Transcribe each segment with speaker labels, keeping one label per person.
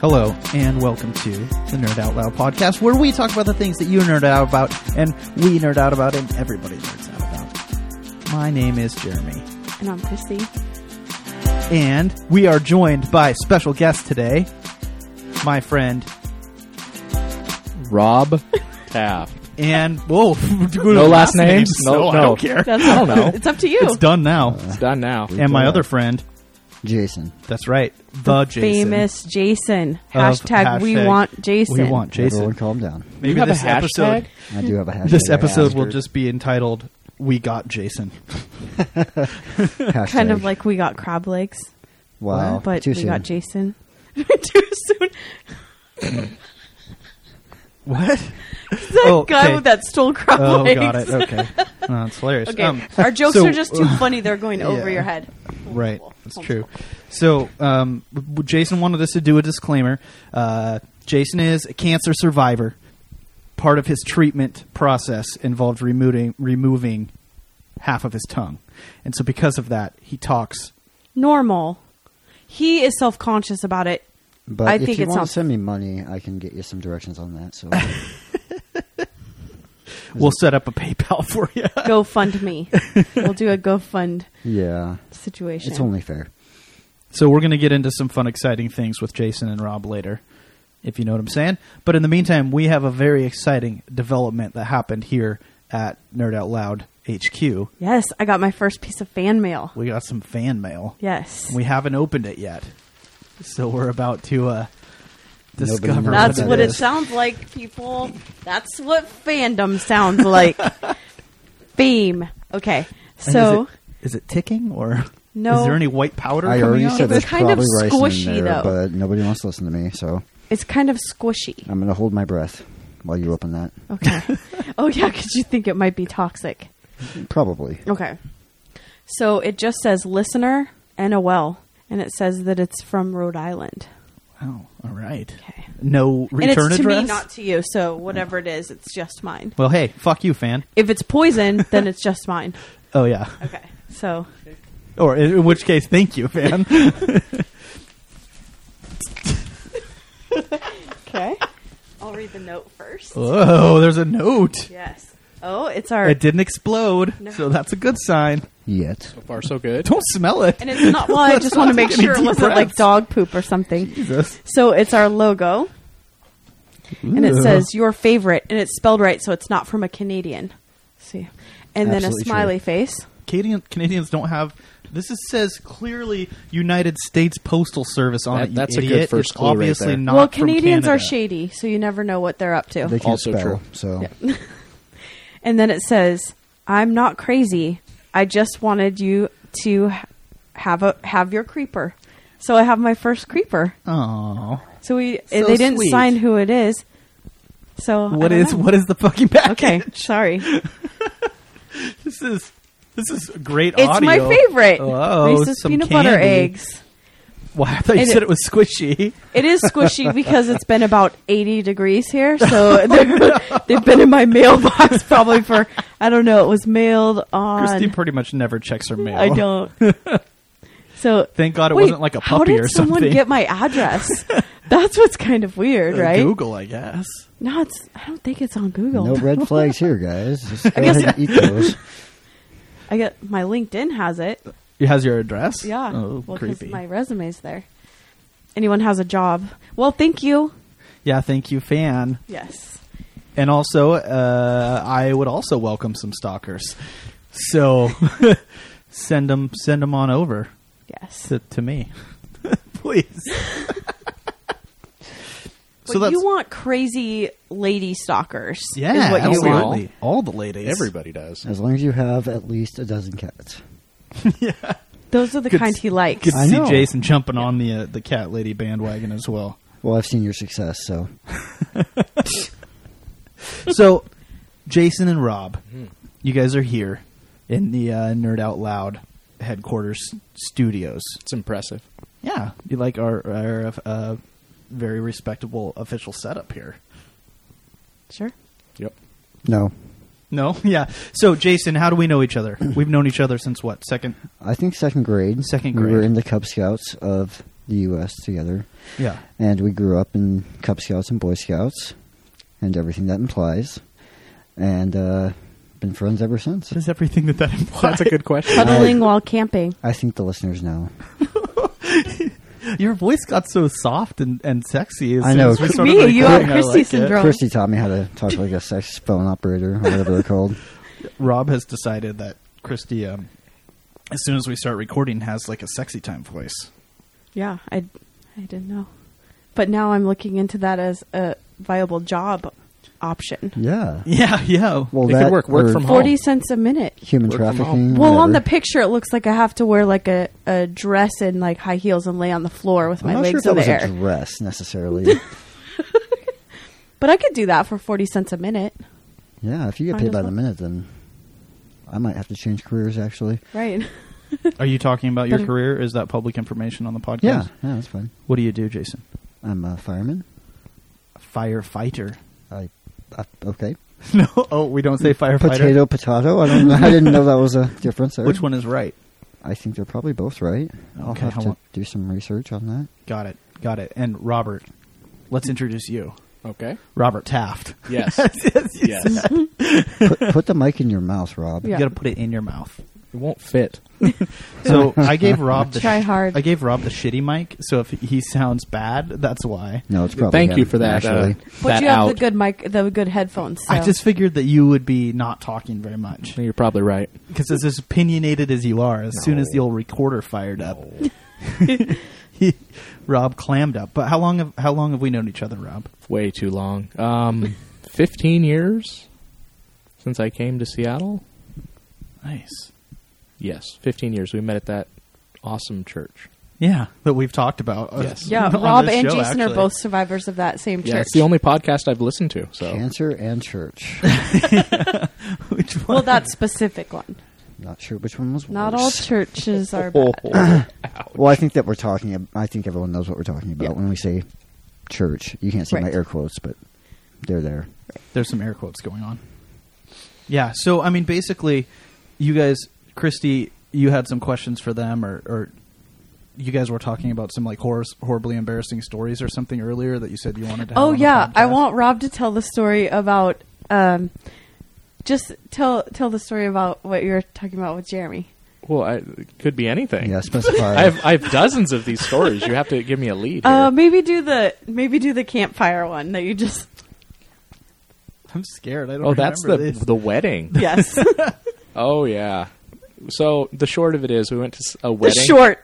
Speaker 1: Hello, and welcome to the Nerd Out Loud podcast, where we talk about the things that you nerd out about, and we nerd out about, and everybody nerds out about. My name is Jeremy,
Speaker 2: And I'm Christy.
Speaker 1: and we are joined by special guest today, my friend,
Speaker 3: Rob Taft.
Speaker 1: and whoa,
Speaker 3: No last names?
Speaker 1: No,
Speaker 3: No,
Speaker 1: I
Speaker 3: no.
Speaker 1: don't care.
Speaker 2: That's
Speaker 3: I don't know.
Speaker 2: It's up to you.
Speaker 1: It's done now.
Speaker 3: It's done now.
Speaker 1: and my
Speaker 4: done.
Speaker 1: other friend,
Speaker 4: Jason.
Speaker 1: that's right, the, Jason.
Speaker 2: Famous Jason.
Speaker 1: Of
Speaker 2: Hashtag, we
Speaker 1: hashtag
Speaker 2: want Jason.
Speaker 1: We want
Speaker 4: Everyone
Speaker 1: Jason.
Speaker 4: calm down.
Speaker 1: Maybe
Speaker 3: You have a
Speaker 1: this
Speaker 3: hashtag?
Speaker 1: episode,
Speaker 4: I do have a hashtag.
Speaker 1: this episode will
Speaker 4: Hashtag.
Speaker 1: just be entitled "We Got Jason."
Speaker 4: Hashtag.
Speaker 2: Kind of like we got crab legs,
Speaker 4: wow.
Speaker 2: but
Speaker 4: too
Speaker 2: we
Speaker 4: soon.
Speaker 2: got Jason.
Speaker 1: Oh,
Speaker 2: Too soon.
Speaker 1: What?
Speaker 2: That
Speaker 1: Oh,
Speaker 2: guy
Speaker 1: okay.
Speaker 2: that stole crab
Speaker 1: Oh,
Speaker 2: legs.
Speaker 1: got it. Okay, oh, that's hilarious.
Speaker 2: Okay.
Speaker 1: Um,
Speaker 2: Our jokes
Speaker 1: so- uh,
Speaker 2: are just too funny. They're going over
Speaker 1: Yeah.
Speaker 2: your head.
Speaker 1: Right, that's true. So, um, w- Jason wanted us to do a disclaimer. Uh, Jason is a cancer survivor. Part of his treatment process involved removing removing half of his tongue, and so because of that, he talks.
Speaker 2: Normal. He is self conscious about it.
Speaker 4: But
Speaker 2: I
Speaker 4: if
Speaker 2: think
Speaker 4: you
Speaker 2: it's
Speaker 4: want
Speaker 2: not-
Speaker 4: to send me money, I can get you some directions on that. So
Speaker 1: We'll set up a PayPal for you.
Speaker 2: GoFundMe. we'll do a GoFund
Speaker 4: yeah,
Speaker 2: situation.
Speaker 4: it's only fair.
Speaker 1: So we're going to get into some fun, exciting things with Jason and Rob later, if you know what I'm saying. But in the meantime, we have a very exciting development that happened here at Nerd Out Loud HQ.
Speaker 2: Yes, I got my first piece of fan mail.
Speaker 1: We got some fan mail.
Speaker 2: Yes.
Speaker 1: We haven't opened it yet, so we're about to uh,
Speaker 4: Nobody
Speaker 1: discover.
Speaker 4: knows
Speaker 2: That's
Speaker 4: that
Speaker 2: what it
Speaker 4: is.
Speaker 2: sounds like, people. That's what fandom sounds like. Beam.
Speaker 1: And
Speaker 2: Okay. So
Speaker 1: is it, is it ticking or
Speaker 2: No.
Speaker 1: Is there any white powder?
Speaker 4: I
Speaker 1: coming
Speaker 4: already
Speaker 1: out?
Speaker 4: said
Speaker 2: It's
Speaker 4: there's
Speaker 2: kind of
Speaker 4: probably rice
Speaker 2: squishy,
Speaker 4: in
Speaker 2: though.
Speaker 4: there, but nobody wants to listen to me, so
Speaker 2: it's kind of squishy.
Speaker 4: I'm going to hold my breath while you open that.
Speaker 2: Okay. oh yeah, because you think it might be toxic.
Speaker 4: Probably.
Speaker 2: Okay. So it just says listener NOL, and it says that it's from Rhode Island.
Speaker 1: Wow. Oh, All right.
Speaker 2: Okay.
Speaker 1: No return
Speaker 2: and it's to
Speaker 1: address.
Speaker 2: me, not to you. So whatever it is, it's just mine.
Speaker 1: well, hey, fuck you, fan.
Speaker 2: If it's poison, then it's just mine.
Speaker 1: Oh yeah.
Speaker 2: Okay. So
Speaker 1: Or in, in which case, thank you, fan.
Speaker 2: okay, I'll read the note first.
Speaker 1: Whoa, there's a note.
Speaker 2: Yes. Oh, it's our
Speaker 1: Oh. It didn't explode,
Speaker 2: No.
Speaker 1: so that's a good sign.
Speaker 4: Yet.
Speaker 3: So far, so good.
Speaker 1: Don't smell it.
Speaker 2: And it's not. Well, I just want to make
Speaker 1: Take any
Speaker 2: sure it
Speaker 1: deep
Speaker 2: wasn't like
Speaker 1: breaths.
Speaker 2: dog poop or something.
Speaker 1: Jesus.
Speaker 2: So it's our logo, and it
Speaker 1: Ooh.
Speaker 2: says your favorite, and it's spelled right, so it's not from a Canadian. see, and then a
Speaker 4: Absolutely true.
Speaker 2: smiley face.
Speaker 1: Canadian, Canadians don't have. This is, says clearly United States Postal Service on
Speaker 3: That-
Speaker 1: it. you
Speaker 3: that's a good
Speaker 1: idiot.
Speaker 3: first
Speaker 1: it's
Speaker 3: clue right
Speaker 1: obviously
Speaker 3: there.
Speaker 1: not.
Speaker 2: well,
Speaker 1: from
Speaker 2: Canadians are
Speaker 1: Canada.
Speaker 2: shady, so you never know what they're up to.
Speaker 4: They can't
Speaker 3: Also
Speaker 4: spell,
Speaker 3: true.
Speaker 4: so
Speaker 2: and then it says, "I'm not crazy. I just wanted you to ha- have a have your creeper." So I have my first creeper.
Speaker 1: Oh,
Speaker 2: So we
Speaker 1: So
Speaker 2: they didn't
Speaker 1: sweet.
Speaker 2: sign who it is. So I
Speaker 1: what
Speaker 2: don't
Speaker 1: is
Speaker 2: know.
Speaker 1: what is the fucking package?
Speaker 2: Okay, sorry.
Speaker 1: this is this is great
Speaker 2: It's
Speaker 1: audio.
Speaker 2: my favorite.
Speaker 1: Oh,
Speaker 2: Reese's
Speaker 1: some
Speaker 2: peanut
Speaker 1: candy.
Speaker 2: butter eggs.
Speaker 1: Wow, I thought you
Speaker 2: It-
Speaker 1: said it was squishy.
Speaker 2: It is squishy because it's been about 80 degrees here, so they're- they've been in my mailbox probably for I don't know. It was mailed on.
Speaker 1: Christine pretty much never checks her mail.
Speaker 2: I don't. So
Speaker 1: Thank God it
Speaker 2: wait,
Speaker 1: wasn't like a
Speaker 2: how
Speaker 1: puppy
Speaker 2: did
Speaker 1: or
Speaker 2: someone
Speaker 1: something.
Speaker 2: get my address? That's what's kind of weird,
Speaker 1: Uh,
Speaker 2: right?
Speaker 1: Google, I guess.
Speaker 2: No, it's. I don't think it's on Google.
Speaker 4: no red flags here, guys. Just go
Speaker 2: guess-
Speaker 4: ahead and eat those.
Speaker 2: I get my LinkedIn has it.
Speaker 1: It has your address.
Speaker 2: Yeah.
Speaker 1: Oh,
Speaker 2: well, 'cause
Speaker 1: creepy.
Speaker 2: my resume's there. Anyone has a job. Well, thank you.
Speaker 1: Yeah, thank you, fan.
Speaker 2: Yes.
Speaker 1: And also, uh, I would also welcome some stalkers. So send them send 'em on over
Speaker 2: Yes.
Speaker 1: to, to me, please.
Speaker 2: But you want crazy lady stalkers.
Speaker 1: yeah,
Speaker 2: Is what you
Speaker 1: absolutely.
Speaker 2: want.
Speaker 1: All the ladies,
Speaker 3: Everybody does.
Speaker 4: As long as you have at least a dozen cats.
Speaker 2: Those are the
Speaker 1: Good
Speaker 2: kind
Speaker 1: s-
Speaker 2: he likes.
Speaker 1: Good to
Speaker 4: I
Speaker 1: see
Speaker 4: know.
Speaker 1: Jason jumping on the uh, the cat lady bandwagon as well.
Speaker 4: Well, I've seen your success, so
Speaker 1: so, Jason and Rob, you guys are here in the uh, Nerd Out Loud headquarters studios.
Speaker 3: It's impressive.
Speaker 1: Yeah, you like our, our uh, very respectable official setup here.
Speaker 2: Sure.
Speaker 3: Yep.
Speaker 4: No,
Speaker 1: No, yeah. So, Jason, how do we know each other? We've known each other since what? Second.
Speaker 4: I think second grade.
Speaker 1: Second
Speaker 4: We were
Speaker 1: grade.
Speaker 4: in the Cub Scouts of the U.S. together,
Speaker 1: Yeah.
Speaker 4: and we grew up in Cub Scouts and Boy Scouts, and everything that implies, and uh, been friends ever since.
Speaker 1: Does everything that that implies?
Speaker 3: That's a good question.
Speaker 2: Cuddling while camping.
Speaker 4: I think the listeners know.
Speaker 1: Your voice got so soft and, and sexy. As
Speaker 4: I
Speaker 1: soon
Speaker 4: know.
Speaker 1: As we started
Speaker 2: Me, you
Speaker 1: recording,
Speaker 2: are
Speaker 1: I
Speaker 2: Christy
Speaker 1: like it.
Speaker 2: syndrome.
Speaker 4: Christy taught me how to talk like a sex phone operator or whatever they're called.
Speaker 1: Rob has decided that Christy, um, as soon as we start recording, has like a sexy time voice.
Speaker 2: Yeah, I, I didn't know, but now I'm looking into that as a viable job option.
Speaker 4: Yeah.
Speaker 1: Yeah, yeah.
Speaker 4: Well,
Speaker 3: It
Speaker 4: that
Speaker 3: could work. Work
Speaker 4: or
Speaker 3: from home.
Speaker 2: Forty cents a minute.
Speaker 4: Human
Speaker 3: Work from
Speaker 4: trafficking.
Speaker 2: Well, on the
Speaker 4: Mm. whatever.
Speaker 2: picture, it looks like I have to wear like a, a dress and like high heels and lay on the floor with my
Speaker 4: I'm not sure
Speaker 2: legs
Speaker 4: if that
Speaker 2: in
Speaker 4: was
Speaker 2: the
Speaker 4: a
Speaker 2: air.
Speaker 4: dress necessarily.
Speaker 2: but I could do that for forty cents a minute,
Speaker 4: yeah, if you get
Speaker 2: I
Speaker 4: paid
Speaker 2: just
Speaker 4: by the
Speaker 2: want-
Speaker 4: minute, then I might have to change careers. Actually,
Speaker 2: right?
Speaker 1: Are you talking about your
Speaker 2: But-
Speaker 1: career? Is that public information on the podcast?
Speaker 4: yeah, yeah, that's fine.
Speaker 1: What do you do, Jason?
Speaker 4: I'm a fireman.
Speaker 1: Firefighter.
Speaker 4: I, I okay.
Speaker 1: no. Oh, we don't say firefighter.
Speaker 4: Potato, potato. I don't. know. I didn't know that was a difference. There.
Speaker 1: Which one is right?
Speaker 4: I think they're probably both right. I'll
Speaker 1: Okay,
Speaker 4: have
Speaker 1: hold
Speaker 4: to
Speaker 1: on.
Speaker 4: do some research on that.
Speaker 1: Got it. Got it. And Robert, let's introduce you.
Speaker 3: Okay.
Speaker 1: Robert Taft.
Speaker 3: Yes.
Speaker 1: yes.
Speaker 3: yes. It
Speaker 4: Put, put the mic in your mouth, Rob.
Speaker 1: You
Speaker 2: Yeah.
Speaker 1: got to put it in your mouth.
Speaker 3: won't fit.
Speaker 1: So I gave Rob the
Speaker 2: Try hard.
Speaker 1: I gave Rob the shitty mic. So if he sounds bad, that's why.
Speaker 4: No, it's probably.
Speaker 3: Thank
Speaker 4: him,
Speaker 3: you for that.
Speaker 4: Actually,
Speaker 3: uh,
Speaker 2: But
Speaker 3: that
Speaker 2: you have
Speaker 3: out.
Speaker 2: the good mic, the good headphones. So.
Speaker 1: I just figured that you would be not talking very much
Speaker 3: You're probably right.
Speaker 1: because as as opinionated as you are, as soon as the old recorder fired up, he, Rob clammed up. But how long have how long have we known each other, Rob?
Speaker 3: Way too long. Um, 15 years since I came to Seattle.
Speaker 1: Nice.
Speaker 3: Yes, 15 years. We met at that awesome church.
Speaker 1: Yeah, that we've talked about. uh,
Speaker 3: Yes.
Speaker 2: yeah.
Speaker 1: on
Speaker 2: Rob
Speaker 1: this
Speaker 2: and
Speaker 1: show,
Speaker 2: Jason are
Speaker 1: actually.
Speaker 2: both survivors of that same church.
Speaker 3: Yeah, it's the only podcast I've listened to. So
Speaker 4: Cancer and church.
Speaker 1: Which one?
Speaker 2: well, that specific one.
Speaker 4: Not sure which one was
Speaker 2: Not all
Speaker 4: worse.
Speaker 2: churches are
Speaker 3: Oh,
Speaker 2: bad.
Speaker 3: ouch.
Speaker 4: Well, I think that we're talking. ab- I think everyone knows what we're talking about
Speaker 2: Yeah.
Speaker 4: when we say church. You can't see my
Speaker 2: Right.
Speaker 4: air quotes, but they're there.
Speaker 1: There's some air quotes going on. Yeah. So I mean, basically, you guys, Christy, you had some questions for them, or, or you guys were talking about some like hor- horribly embarrassing stories or something earlier that you said you wanted to. Have
Speaker 2: Oh
Speaker 1: on the
Speaker 2: yeah, I
Speaker 1: podcast.
Speaker 2: want Rob to tell the story about. Um, just tell tell the story about what you were talking about with Jeremy.
Speaker 3: Well, I, it could be anything.
Speaker 4: Yeah, specify.
Speaker 3: I have I have dozens of these stories. You have to give me a lead. Here.
Speaker 2: Uh, maybe do the maybe do the campfire one that you just
Speaker 1: I'm scared. I don't.
Speaker 3: oh, that's the
Speaker 1: remember this.
Speaker 3: the wedding.
Speaker 2: yes
Speaker 3: Oh yeah. So the short of it is, we went to s- a
Speaker 2: the
Speaker 3: wedding.
Speaker 2: short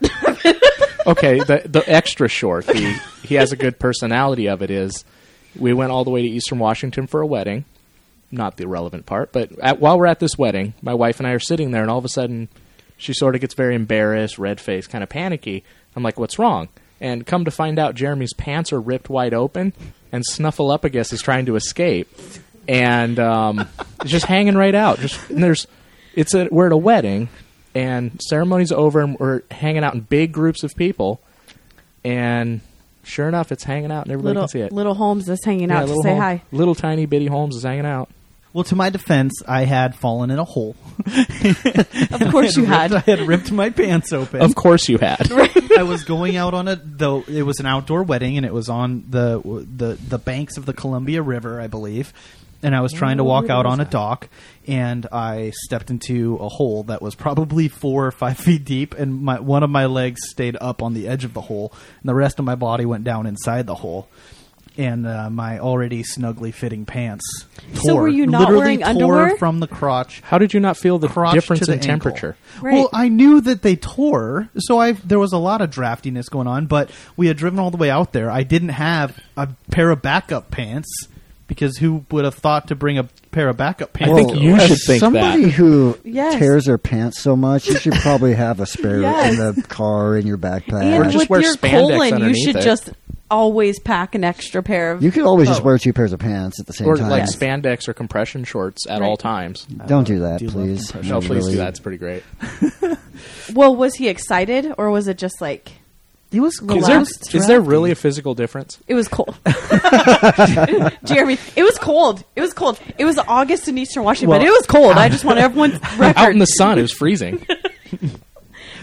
Speaker 3: okay, the the extra short. The, he has a good personality of it is we went all the way to Eastern Washington for a wedding. Not the relevant part, but at, while we're at this wedding, my wife and I are sitting there, and all of a sudden, she sort of gets very embarrassed, red faced, kind of panicky. I'm like, "What's wrong?" And come to find out, Jeremy's pants are ripped wide open, and Snuffleupagus is trying to escape, and um, it's just hanging right out. Just and there's, it's a we're at a wedding, and ceremony's over, and we're hanging out in big groups of people, and sure enough, it's hanging out, and everybody
Speaker 2: little
Speaker 3: can see it.
Speaker 2: little Holmes is hanging
Speaker 3: Yeah,
Speaker 2: out to
Speaker 3: little
Speaker 2: say
Speaker 3: Holm-
Speaker 2: hi.
Speaker 3: Little tiny bitty Holmes is hanging out.
Speaker 1: Well, to my defense, I had fallen in a hole.
Speaker 2: Of course you
Speaker 1: I
Speaker 2: had.
Speaker 1: had ripped my pants open.
Speaker 3: Of course, you had.
Speaker 1: I was going out on a though it was an outdoor wedding and it was on the the the banks of the Columbia River, I believe. And I was trying to walk out on a dock, and I stepped into a hole that was probably four or five feet deep, and my one of my legs stayed up on the edge of the hole, and the rest of my body went down inside the hole. And uh, my already snugly fitting pants.
Speaker 2: So
Speaker 1: tore-
Speaker 2: were you not
Speaker 1: literally
Speaker 2: wearing
Speaker 1: tore
Speaker 2: underwear?
Speaker 1: from the crotch
Speaker 3: How did you not feel the
Speaker 1: crotch to
Speaker 3: difference
Speaker 1: the
Speaker 3: in
Speaker 1: ankle.
Speaker 3: temperature?
Speaker 2: Right.
Speaker 1: Well, I knew that they tore, so I there was a lot of draftiness going on. But we had driven all the way out there. I didn't have a pair of backup pants because who would have thought to bring a pair of backup pants?
Speaker 3: I think
Speaker 4: Well,
Speaker 3: you
Speaker 4: as
Speaker 3: should think
Speaker 4: somebody
Speaker 3: that.
Speaker 4: who
Speaker 2: Yes.
Speaker 4: tears their pants so much, you should probably have a spare
Speaker 2: Yes.
Speaker 4: in the car in your
Speaker 2: And
Speaker 4: backpack.
Speaker 3: Uh, just
Speaker 2: with
Speaker 3: wear
Speaker 2: your
Speaker 3: spandex
Speaker 2: colon, you
Speaker 3: underneath
Speaker 2: should
Speaker 3: it.
Speaker 2: just always pack an extra pair of
Speaker 4: you could always
Speaker 1: Oh.
Speaker 4: just wear two pairs of pants at the same
Speaker 3: Or
Speaker 4: time.
Speaker 3: like spandex or compression shorts at all
Speaker 2: Right.
Speaker 3: times.
Speaker 1: Mm,
Speaker 4: Don't do
Speaker 3: Uh,
Speaker 4: that,
Speaker 1: Do love
Speaker 4: please.
Speaker 1: compression.
Speaker 3: No, please
Speaker 4: Really.
Speaker 3: do that. It's pretty great.
Speaker 2: Well, was he excited or was it just like
Speaker 1: He looks
Speaker 2: The
Speaker 1: cool.
Speaker 3: Is there,
Speaker 2: last
Speaker 3: is there really a physical difference?
Speaker 2: It was cold. Jeremy, it was cold. It was cold. It was August in Eastern Washington, but
Speaker 1: Well-
Speaker 2: it was cold. I just want everyone's
Speaker 3: Out
Speaker 2: record.
Speaker 3: in the sun, it was freezing.
Speaker 1: Mm-hmm.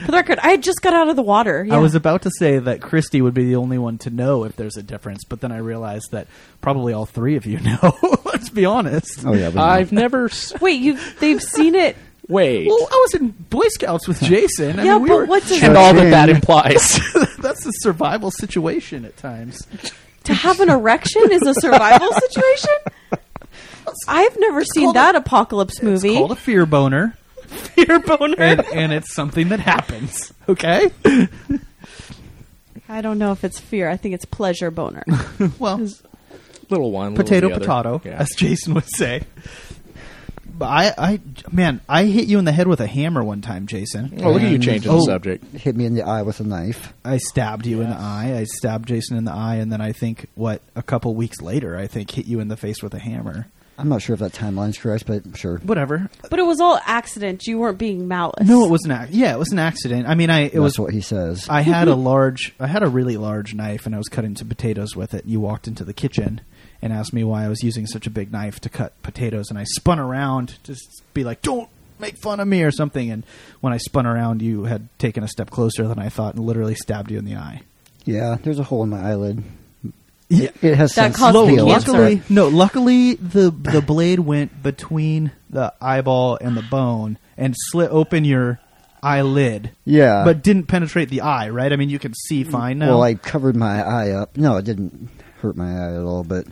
Speaker 2: for the record, I had just got out of the water.
Speaker 1: I
Speaker 2: Yeah.
Speaker 1: was about to say that Christy would be the only one to know if there's a difference, but then I realized that probably all three of you know. Let's be honest.
Speaker 4: Oh yeah, we know.
Speaker 3: I've never. s-
Speaker 2: Wait, you? They've seen it.
Speaker 3: Wait.
Speaker 1: Well, I was in Boy Scouts with Jason. I
Speaker 2: yeah,
Speaker 1: mean, we
Speaker 2: but
Speaker 1: were-
Speaker 2: what's
Speaker 3: and
Speaker 2: it,
Speaker 3: all that that implies.
Speaker 1: that's a survival situation at times.
Speaker 2: to have an erection is a survival situation? I've never seen
Speaker 1: called
Speaker 2: that apocalypse movie.
Speaker 1: It's called a fear boner,
Speaker 2: fear boner.
Speaker 1: and, and it's something that happens. Okay.
Speaker 2: I don't know if it's fear. I think it's pleasure boner.
Speaker 1: Well,
Speaker 3: little one, little
Speaker 1: potato,
Speaker 3: the other.
Speaker 1: potato,
Speaker 3: Yeah.
Speaker 1: as Jason would say. But I, I, man, I hit you in the head with a hammer one time, Jason.
Speaker 3: Oh, look at you changing
Speaker 1: Oh.
Speaker 3: the subject.
Speaker 4: hit me in the eye with a knife.
Speaker 1: I stabbed you in the eye. I stabbed Jason in the eye, and then I think what a couple weeks later, I think hit you in the face with a hammer.
Speaker 4: I'm not sure if that timeline's correct, but sure.
Speaker 1: Whatever.
Speaker 2: But it was all accident. You weren't being malice.
Speaker 1: No, it was an ac- yeah, it was an accident. I mean, I it
Speaker 4: That's
Speaker 1: was
Speaker 4: what he says.
Speaker 1: I had a large, I had a really large knife, and I was cutting some potatoes with it. You walked into the kitchen and asked me why I was using such a big knife to cut potatoes, and I spun around to s- be like, "Don't make fun of me" or something. And when I spun around, you had taken a step closer than I thought and literally stabbed you in the eye.
Speaker 4: yeah, there's a hole in my eyelid.
Speaker 1: Yeah.
Speaker 4: It has
Speaker 2: That
Speaker 4: since
Speaker 2: caused
Speaker 1: Luckily,
Speaker 4: healed.
Speaker 2: cancer.
Speaker 1: luckily, no. Luckily, the the blade went between the eyeball and the bone and slit open your eyelid.
Speaker 4: Yeah.
Speaker 1: but didn't penetrate the eye. Right? I mean, you can see fine now.
Speaker 4: Well, I covered my eye up. No, it didn't hurt my eye at all, but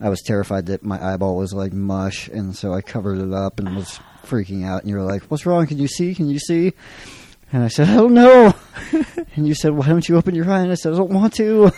Speaker 4: I was terrified that my eyeball was like mush, and so I covered it up and was freaking out. And you were like, "What's wrong? Can you see? Can you see?" And I said, "I don't know." and you said, "Why don't you open your eye?" And I said, "I don't want to."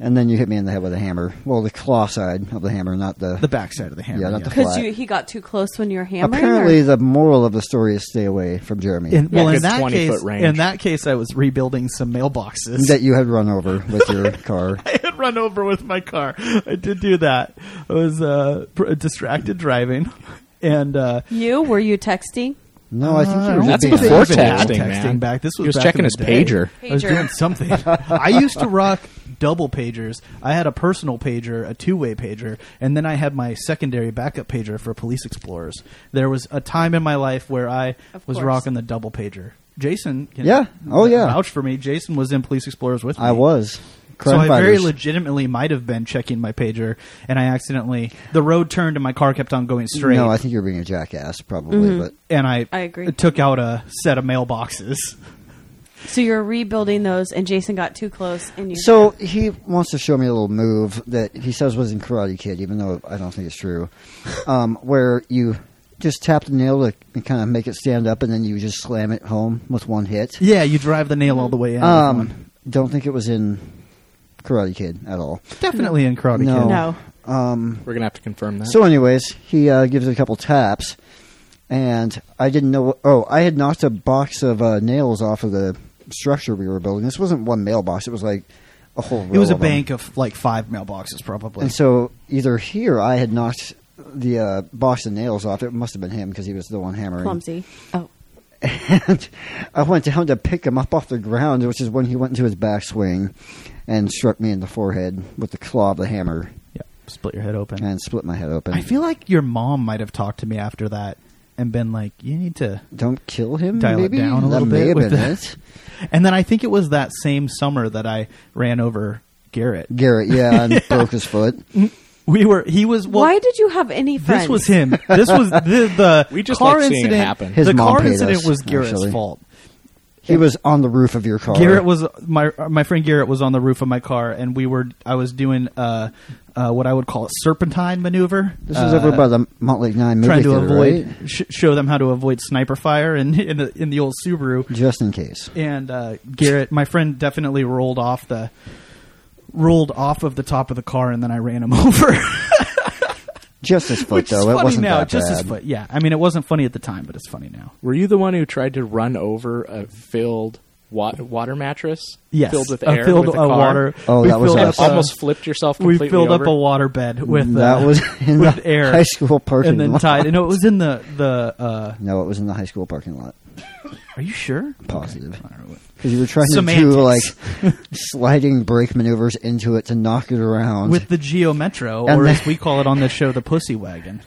Speaker 4: and then you hit me in the head with a hammer. Well, the claw side of the hammer, not the.
Speaker 1: the backside of the hammer.
Speaker 4: Yeah, not the
Speaker 2: because
Speaker 4: Why?
Speaker 2: you he got too close when you were hammering.
Speaker 4: apparently,
Speaker 2: or-
Speaker 4: the moral of the story is stay away from Jeremy.
Speaker 1: In,
Speaker 3: Yeah,
Speaker 1: well, in
Speaker 3: good
Speaker 1: that
Speaker 3: 20
Speaker 1: case,
Speaker 3: foot range.
Speaker 1: in that case, I was rebuilding some mailboxes.
Speaker 4: that you had run over with your car.
Speaker 1: I had run over with my car. I did do that. I was uh, pr- distracted driving, and uh,
Speaker 2: you were you texting?
Speaker 4: No, I think you
Speaker 1: I
Speaker 4: were
Speaker 1: don't
Speaker 4: just
Speaker 3: That's
Speaker 1: think
Speaker 4: being
Speaker 1: I
Speaker 3: before
Speaker 1: was
Speaker 3: texting,
Speaker 1: even
Speaker 3: man.
Speaker 1: back. This was
Speaker 3: He was
Speaker 1: back
Speaker 3: checking
Speaker 1: in
Speaker 3: his
Speaker 1: the day.
Speaker 3: pager.
Speaker 1: I was
Speaker 2: Pager.
Speaker 1: doing something. I used to rock double pagers. I had a personal pager, a two-way pager, and then I had my secondary backup pager for police explorers. There was a time in my life where I
Speaker 2: Of
Speaker 1: was
Speaker 2: course.
Speaker 1: rocking the double pager. Jason, can
Speaker 4: Yeah. Oh, yeah.
Speaker 1: vouch for me. Jason was in police explorers with me.
Speaker 4: I was.
Speaker 1: So
Speaker 4: Crime
Speaker 1: I very
Speaker 4: fighters.
Speaker 1: legitimately might have been checking my pager, and I accidentally the road turned and my car kept on going straight.
Speaker 4: No, I think you're being a jackass, probably. But
Speaker 1: and I,
Speaker 2: I agree.
Speaker 1: took out a set of mailboxes.
Speaker 2: So you're rebuilding those, and Jason got too close, and you.
Speaker 4: so he wants to show me a little move that he says was in Karate Kid, even though I don't think it's true. Um, where you just tap the nail to kind of make it stand up, and then you just slam it home with one hit.
Speaker 1: Yeah, you drive the nail all the way in. with one.
Speaker 4: Um, don't think it was in Karate Kid at all.
Speaker 1: Definitely in Karate
Speaker 4: no.
Speaker 1: Kid.
Speaker 2: no,
Speaker 3: We're gonna have to confirm that.
Speaker 4: So, anyways, he uh, gives it a couple taps, and I didn't know. Oh, I had knocked a box of uh, nails off of the structure we were building. This wasn't one mailbox; it was like a whole.
Speaker 1: It
Speaker 4: row
Speaker 1: was a
Speaker 4: of them.
Speaker 1: bank of like five mailboxes, probably.
Speaker 4: um, And so, either he or I had knocked the uh, box of nails off. It must have been him because he was the one hammering.
Speaker 2: clumsy. Oh,
Speaker 4: And I went down to pick him up off the ground, which is when he went into his backswing and struck me in the forehead with the claw of the hammer
Speaker 1: yeah, split your head open.
Speaker 4: and split my head open.
Speaker 1: I feel like your mom might have talked to me after that and been like, "You need to."
Speaker 4: Don't kill him.
Speaker 1: Dial it
Speaker 4: maybe?
Speaker 1: down a
Speaker 4: that
Speaker 1: little
Speaker 4: may
Speaker 1: bit
Speaker 4: have
Speaker 1: with
Speaker 4: been
Speaker 1: the-
Speaker 4: it.
Speaker 1: And then I think it was that same summer that I ran over Garrett.
Speaker 4: Garrett, yeah, and broke his foot.
Speaker 1: We were he was well,
Speaker 2: why did you have any friends?
Speaker 1: This was him. This was the, the
Speaker 3: We just
Speaker 1: car
Speaker 3: like seeing it
Speaker 1: incident.
Speaker 3: happen.
Speaker 4: His
Speaker 1: the
Speaker 4: mom
Speaker 1: car
Speaker 4: paid
Speaker 1: incident
Speaker 4: us,
Speaker 1: was Garrett's
Speaker 4: actually.
Speaker 1: fault.
Speaker 4: He was on the roof of your car.
Speaker 1: Garrett was my my friend Garrett was on the roof of my car, and we were I was doing uh, uh, what I would call a serpentine maneuver.
Speaker 4: This was
Speaker 1: uh,
Speaker 4: over by the Motley Nine movie
Speaker 1: trying to
Speaker 4: theater,
Speaker 1: avoid
Speaker 4: right?
Speaker 1: sh- show them how to avoid sniper fire in in the in the old Subaru.
Speaker 4: Just in case.
Speaker 1: And uh, Garrett, my friend, definitely rolled off the rolled off of the top of the car, and then I ran him over.
Speaker 4: Just his foot,
Speaker 1: Which
Speaker 4: though.
Speaker 1: is
Speaker 4: it
Speaker 1: funny
Speaker 4: wasn't
Speaker 1: now,
Speaker 4: that
Speaker 1: just
Speaker 4: bad.
Speaker 1: his foot. Yeah, I mean, it wasn't funny at the time, but it's funny now.
Speaker 3: Were you the one who tried to run over a filled wa- water mattress?
Speaker 1: Yes,
Speaker 3: filled with
Speaker 1: a
Speaker 3: air,
Speaker 1: filled
Speaker 3: with a
Speaker 1: uh,
Speaker 3: car?
Speaker 1: water.
Speaker 4: Oh,
Speaker 1: we
Speaker 4: that was
Speaker 1: filled
Speaker 3: and
Speaker 1: up uh, a-
Speaker 3: almost flipped yourself
Speaker 1: we
Speaker 3: completely
Speaker 1: filled
Speaker 3: over?
Speaker 1: up a water bed with uh,
Speaker 4: That was in
Speaker 1: with
Speaker 4: the
Speaker 1: air
Speaker 4: high school parking
Speaker 1: and then
Speaker 4: lot.
Speaker 1: tied. No, it was in the the uh,
Speaker 4: No, it was in the high school parking lot.
Speaker 1: Are you sure?
Speaker 4: Positive.
Speaker 1: Okay. I don't know what-
Speaker 4: Because you were trying to do like
Speaker 1: Semantics.
Speaker 4: sliding brake maneuvers into it to knock it around.
Speaker 1: With the Geo Metro,
Speaker 4: And
Speaker 1: or
Speaker 4: then-
Speaker 1: as we call it on the show, the Pussy Wagon.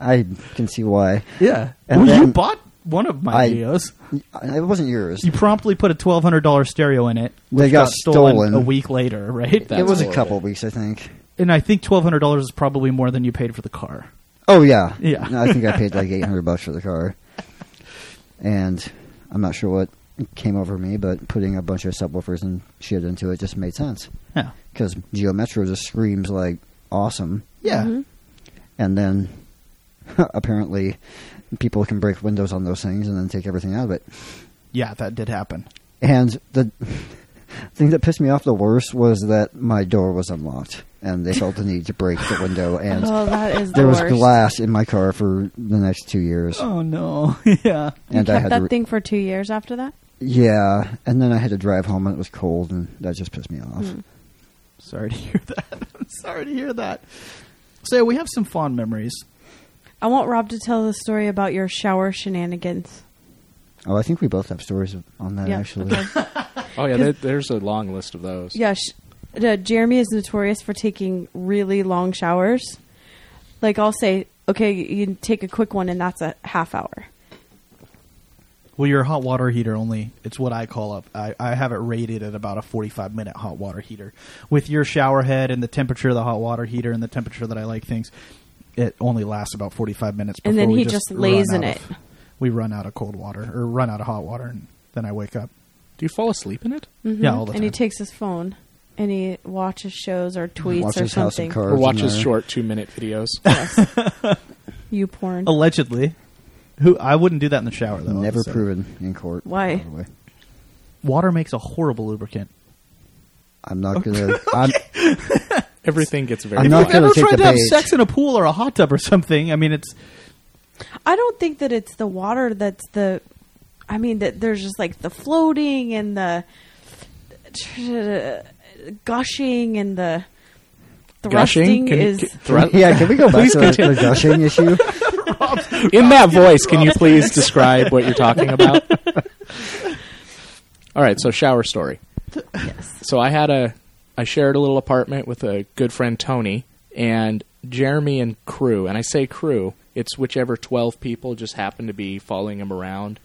Speaker 4: I can see why.
Speaker 1: yeah.
Speaker 4: And
Speaker 1: well, you
Speaker 4: then-
Speaker 1: bought one of my
Speaker 4: I-
Speaker 1: Geos.
Speaker 4: It wasn't yours.
Speaker 1: You promptly put a twelve hundred dollar stereo in it.
Speaker 4: They
Speaker 1: which
Speaker 4: got
Speaker 1: stolen,
Speaker 4: stolen.
Speaker 1: a week later, right?
Speaker 3: That's
Speaker 4: it was a
Speaker 3: horrible.
Speaker 4: couple weeks, I think.
Speaker 1: and I think twelve hundred dollars is probably more than you paid for the car.
Speaker 4: Oh yeah,
Speaker 1: Yeah.
Speaker 4: No, I think I paid like eight hundred bucks for the car, and I'm not sure what came over me, but putting a bunch of subwoofers and shit into it just made sense
Speaker 1: Yeah.
Speaker 4: because Geo Metro just screams like awesome,
Speaker 1: Yeah.
Speaker 2: Mhm.
Speaker 4: and then apparently people can break windows on those things and then take everything out of it.
Speaker 1: Yeah, that did happen.
Speaker 4: And the thing that pissed me off the worst was that my door was unlocked, and they felt the need to break the window. And
Speaker 2: Oh, that is
Speaker 4: there
Speaker 2: the
Speaker 4: was
Speaker 2: worst.
Speaker 4: glass in my car for the next two years,
Speaker 1: Oh no. yeah.
Speaker 4: and
Speaker 2: you
Speaker 4: I
Speaker 2: kept
Speaker 4: had
Speaker 2: that
Speaker 4: to.
Speaker 2: thing for two years after that.
Speaker 4: Yeah, and then I had to drive home, and it was cold, and that just pissed me off.
Speaker 2: Mm.
Speaker 1: Sorry to hear that. I'm sorry to hear that. So yeah, we have some fond memories.
Speaker 2: I want Rob to tell the story about your shower shenanigans.
Speaker 4: Oh, I think we both have stories on that
Speaker 2: Yeah,
Speaker 4: actually.
Speaker 2: okay.
Speaker 3: Oh yeah,
Speaker 2: 'Cause-
Speaker 3: there, there's a long list of those.
Speaker 2: yeah, sh- uh, Jeremy is notorious for taking really long showers. Like I'll say, okay, you can take a quick one, and that's a half hour.
Speaker 1: Well, your hot water heater only, it's what I call up. I, I have it rated at about a 45 minute hot water heater. With your shower head and the temperature of the hot water heater and the temperature that I like things, it only lasts about 45 minutes before
Speaker 2: And then
Speaker 1: we
Speaker 2: he
Speaker 1: just,
Speaker 2: just lays
Speaker 1: run
Speaker 2: in
Speaker 1: out of-
Speaker 2: it.
Speaker 1: we run out of cold water or run out of hot water and then I wake up.
Speaker 3: Do you fall asleep in it?
Speaker 2: Mhm.
Speaker 1: Yeah, all the
Speaker 2: And he
Speaker 1: time.
Speaker 2: takes his phone and he watches shows or tweets or
Speaker 4: Watches House of
Speaker 2: something.
Speaker 4: Cards
Speaker 3: Or
Speaker 4: and
Speaker 3: watches
Speaker 4: our-
Speaker 3: short two minute videos.
Speaker 2: you porn.
Speaker 1: Allegedly. Who I wouldn't do that in the shower though.
Speaker 4: Never
Speaker 1: so.
Speaker 4: proven in court.
Speaker 2: Why?
Speaker 4: by the way.
Speaker 1: Water makes a horrible lubricant.
Speaker 4: I'm not gonna. I'm,
Speaker 3: Everything gets very.
Speaker 4: I'm
Speaker 1: If
Speaker 4: not
Speaker 1: you've
Speaker 4: gonna
Speaker 1: ever
Speaker 4: take
Speaker 1: tried
Speaker 4: the
Speaker 1: to have
Speaker 4: bait.
Speaker 1: sex in a pool or a hot tub or something, I mean it's
Speaker 2: I don't think that it's the water that's the. I mean that there's just like the floating and the gushing and the
Speaker 3: gushing.
Speaker 2: thrusting
Speaker 3: Can you-
Speaker 2: is.
Speaker 3: can- thru-
Speaker 4: yeah, can we go back to the gushing issue?
Speaker 3: in that voice, can you please describe what you're talking about? All right, so shower story.
Speaker 2: yes.
Speaker 3: So I had a I shared a little apartment with a good friend Tony and Jeremy and crew. And I say crew, it's whichever 12 people just happen to be following him around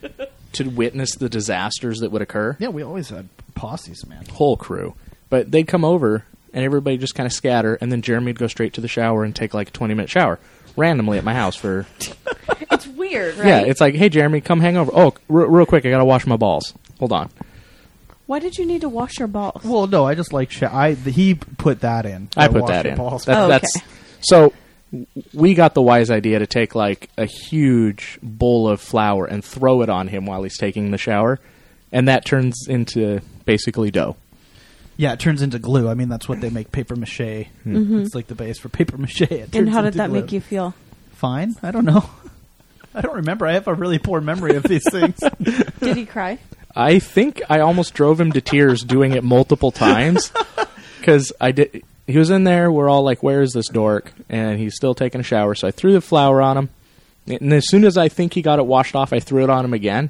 Speaker 3: to witness the disasters that would occur.
Speaker 1: yeah, we always had posses, man.
Speaker 3: Whole crew. But they'd come over and everybody just kind of scatter and then Jeremy would go straight to the shower and take like a 20 minute shower randomly at my house for
Speaker 2: It's weird, right?
Speaker 3: Yeah, it's like, "Hey Jeremy, come hang over. Oh, re- real quick, I got to wash my balls. Hold on."
Speaker 2: Why did you need to wash your balls?
Speaker 1: Well, no, I just like sh- I the, he put that in.
Speaker 3: I put
Speaker 1: wash
Speaker 3: that
Speaker 1: your
Speaker 3: in.
Speaker 1: balls.
Speaker 3: That-
Speaker 2: Oh, okay.
Speaker 3: That's so. w- We got the wise idea to take like a huge bowl of flour and throw it on him while he's taking the shower, and that turns into basically dough.
Speaker 1: yeah, it turns into glue. I mean, that's what they make paper mache.
Speaker 3: Hmm. Mm-hmm.
Speaker 1: It's like the base for paper mache. It
Speaker 2: and
Speaker 1: turns
Speaker 2: how did
Speaker 1: into
Speaker 2: that
Speaker 1: glue.
Speaker 2: make you feel?
Speaker 1: Fine. I don't know. I don't remember. I have a really poor memory of these things.
Speaker 2: Did he cry?
Speaker 3: I think I almost drove him to tears doing it multiple times because I did. He was in there. We're all like, "Where is this dork?" And he's still taking a shower. So I threw the flour on him, and as soon as I think he got it washed off, I threw it on him again.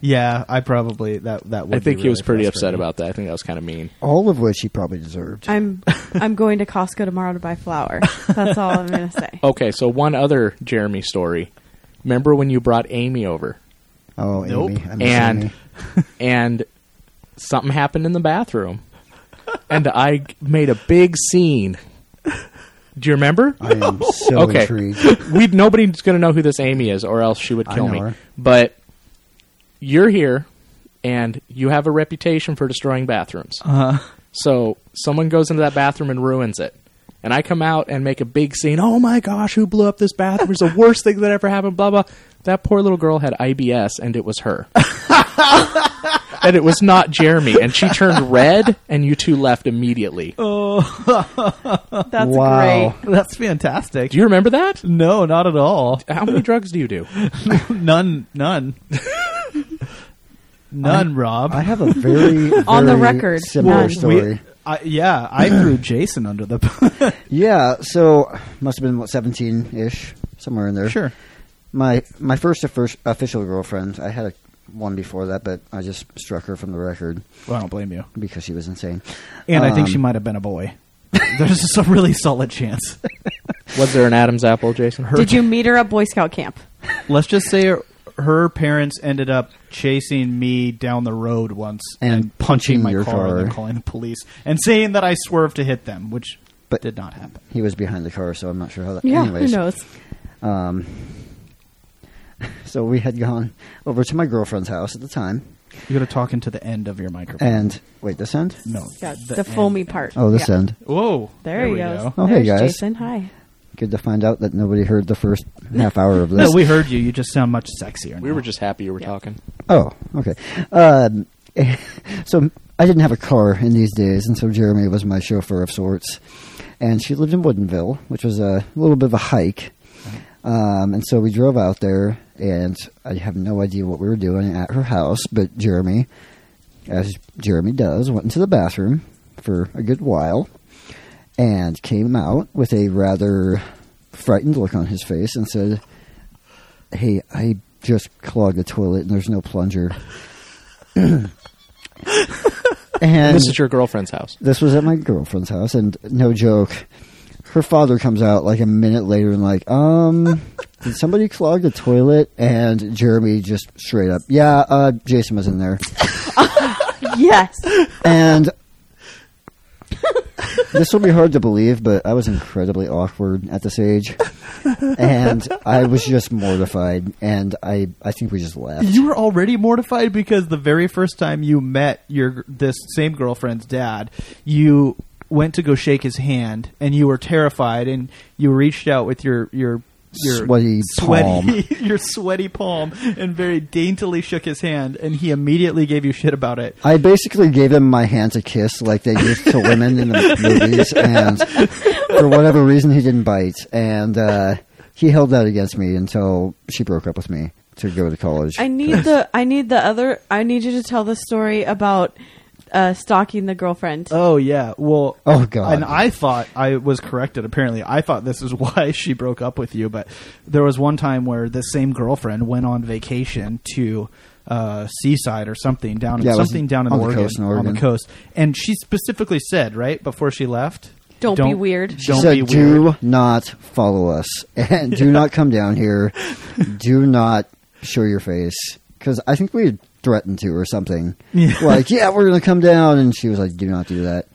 Speaker 1: yeah, I probably that that. Would
Speaker 3: I
Speaker 1: be
Speaker 3: think he
Speaker 1: really
Speaker 3: was pretty upset
Speaker 1: frustrating.
Speaker 3: about that. I think that was kind of mean.
Speaker 4: All of which he probably deserved.
Speaker 2: I'm I'm going to Costco tomorrow to buy flour. That's all I'm going to say.
Speaker 3: Okay, so one other Jeremy story. Remember when you brought Amy over
Speaker 4: Oh,
Speaker 1: Nope.
Speaker 4: Amy, I miss
Speaker 3: and
Speaker 4: Amy.
Speaker 3: and something happened in the bathroom, and I g- made a big scene. Do you remember?
Speaker 4: I am so
Speaker 3: Okay.
Speaker 4: intrigued.
Speaker 3: We nobody's gonna know who this Amy is, or else she would
Speaker 4: I
Speaker 3: kill
Speaker 4: know
Speaker 3: me.
Speaker 4: her.
Speaker 3: But you're here, and you have a reputation for destroying bathrooms.
Speaker 4: Uh-huh.
Speaker 1: Uh,
Speaker 3: So someone goes into that bathroom and ruins it. And I come out and make a big scene. Oh my gosh, who blew up this bathroom? It's the worst thing that ever happened, blah, blah. That poor little girl had IBS and it was her. and it was not Jeremy. And she turned red and you two left immediately.
Speaker 4: Oh.
Speaker 2: That's
Speaker 4: Wow.
Speaker 2: great.
Speaker 1: that's fantastic.
Speaker 3: Do you remember that?
Speaker 1: no, not at all.
Speaker 3: How many drugs do you do?
Speaker 1: None. None. none. Rob.
Speaker 4: I have a very,
Speaker 2: On the
Speaker 4: very
Speaker 2: record,
Speaker 4: similar
Speaker 2: none.
Speaker 4: story.
Speaker 1: We- I, yeah, I threw Jason under the.
Speaker 4: Yeah, so must have been what seventeen ish, somewhere in there. My my first offer- official girlfriend. I had a, one before that, but I just struck her from the record
Speaker 1: Well, I don't blame you.
Speaker 4: because she was insane.
Speaker 1: And I think
Speaker 4: Um,
Speaker 1: she might have been a boy. There's just a really solid chance.
Speaker 3: Was there an Adam's apple, Jason? Her-
Speaker 2: Did you meet her at Boy Scout camp?
Speaker 1: Let's just say her, her parents ended up chasing me down the road once
Speaker 4: And punching
Speaker 1: my
Speaker 4: your
Speaker 1: and then
Speaker 4: car.
Speaker 1: calling the police and saying that I swerved to hit them, which
Speaker 4: But-
Speaker 1: did not happen.
Speaker 4: He was behind the car, so I'm not sure how that.
Speaker 2: Yeah,
Speaker 4: anyways,
Speaker 2: who knows?
Speaker 4: Um, so we had gone over to my girlfriend's house at the time,
Speaker 1: You got to talk into the end of your microphone.
Speaker 4: and wait, this end?
Speaker 1: no,
Speaker 2: Yeah, the, foamy part.
Speaker 4: Oh, this
Speaker 2: Yeah.
Speaker 4: end.
Speaker 1: Whoa,
Speaker 2: There, he
Speaker 1: we
Speaker 2: goes.
Speaker 1: go.
Speaker 4: Oh, hey,
Speaker 2: There's
Speaker 4: guys.
Speaker 2: Jason, hi.
Speaker 4: Good to find out that nobody heard the first half hour of this.
Speaker 1: No, we heard you. You just sound much sexier.
Speaker 3: we
Speaker 1: now.
Speaker 3: were just happy you were
Speaker 2: Yeah.
Speaker 3: talking.
Speaker 4: Oh, okay. Um, so I didn't have a car in these days, and so Jeremy was my chauffeur of sorts. And she lived in Woodinville, which was a little bit of a hike. Um, and so we drove out there, and I have no idea what we were doing at her house, but Jeremy, as Jeremy does, went into the bathroom for a good while and came out with a rather frightened look on his face and said, Hey, I just clogged the toilet and there's no plunger. and
Speaker 3: this is your girlfriend's house.
Speaker 4: this was at my girlfriend's house, and no joke, her father comes out like a minute later and like, um, did somebody clog the toilet? And Jeremy just straight up, yeah, uh, Jason was in there,
Speaker 2: Yes.
Speaker 4: and this will be hard to believe, but I was incredibly awkward at this age, and I was just mortified, and I I think we just laughed.
Speaker 1: You were already mortified because the very first time you met your this same girlfriend's dad, you went to go shake his hand, and you were terrified, and you reached out with your your your
Speaker 4: Sweaty palm.
Speaker 1: your sweaty palm, and very daintily shook his hand, and he immediately gave you shit about it.
Speaker 4: I basically gave them my hand to kiss, like they used to women in the movies, and for whatever reason, he didn't bite, and uh, he held that against me until she broke up with me to go to college.
Speaker 2: I need the I need the other I need you to tell the story about uh, stalking the girlfriend.
Speaker 1: Oh yeah, well,
Speaker 4: Oh, God.
Speaker 1: And I thought I was corrected. Apparently, I thought this is why she broke up with you. But there was one time where the same girlfriend went on vacation to uh, seaside or something down
Speaker 4: Yeah, it was
Speaker 1: something down in
Speaker 4: on the
Speaker 1: Oregon,
Speaker 4: coast in
Speaker 1: on
Speaker 4: Oregon.
Speaker 1: the coast, and she specifically said right before she left,
Speaker 2: Don't be weird."
Speaker 1: Don't
Speaker 4: she said,
Speaker 1: be
Speaker 4: "Do
Speaker 1: weird."
Speaker 4: not follow us, and do not come down here. Do not show your face, because I think we had threatened to or something.
Speaker 1: Yeah.
Speaker 4: Like, yeah, we're gonna come down, and she was like, "Do not do that,"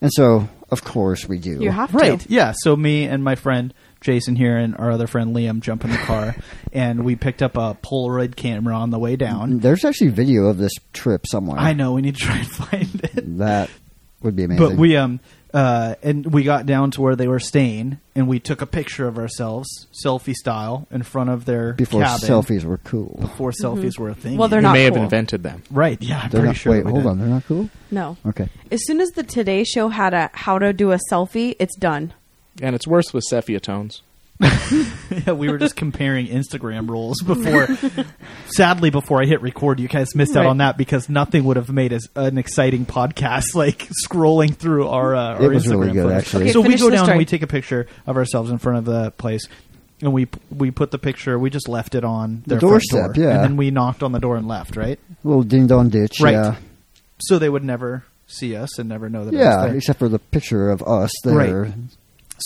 Speaker 4: and so of course we do.
Speaker 2: You have
Speaker 1: Right.
Speaker 2: to.
Speaker 1: Yeah. So me and my friend Jason here and our other friend Liam jump in the car, and we picked up a Polaroid camera on the way down.
Speaker 4: There's actually video of this trip somewhere.
Speaker 1: I know we need to try and find it.
Speaker 4: That would be amazing.
Speaker 1: But we um uh and we got down to where they were staying and we took a picture of ourselves selfie style in front of their
Speaker 4: before
Speaker 1: cabin,
Speaker 4: selfies were cool.
Speaker 1: Before selfies were a thing.
Speaker 2: Mm-hmm. Well, they're
Speaker 3: You
Speaker 2: not
Speaker 3: may
Speaker 2: cool.
Speaker 3: have invented them.
Speaker 1: right. Yeah, I'm
Speaker 4: They're
Speaker 1: pretty
Speaker 4: not,
Speaker 1: sure.
Speaker 4: wait,
Speaker 1: we
Speaker 4: hold
Speaker 1: did.
Speaker 4: on, they're not cool.
Speaker 2: No.
Speaker 4: Okay,
Speaker 2: As soon as the Today Show had a how to do a selfie, it's done.
Speaker 3: And it's worse with sepia tones.
Speaker 1: yeah, we were just comparing Instagram rules before. sadly, before I hit record, you guys missed out
Speaker 2: Right.
Speaker 1: on that because nothing would have made us an exciting podcast. Like scrolling through our uh,
Speaker 4: It
Speaker 1: our
Speaker 4: was
Speaker 1: Instagram
Speaker 4: really good,
Speaker 1: photos.
Speaker 4: actually. Okay,
Speaker 1: so we
Speaker 2: finish
Speaker 1: go
Speaker 2: the
Speaker 1: down
Speaker 2: story.
Speaker 1: and we take a picture of ourselves in front of the place. And we we put the picture. We just left it on
Speaker 4: The
Speaker 1: their front
Speaker 4: doorstep,
Speaker 1: door,
Speaker 4: yeah.
Speaker 1: and then we knocked on the door and left. Right,
Speaker 4: little ding dong ditch.
Speaker 1: Right.
Speaker 4: Yeah,
Speaker 1: so they would never see us and never know that. it was
Speaker 4: yeah.
Speaker 1: there.
Speaker 4: Except for the picture of us there.
Speaker 1: Right.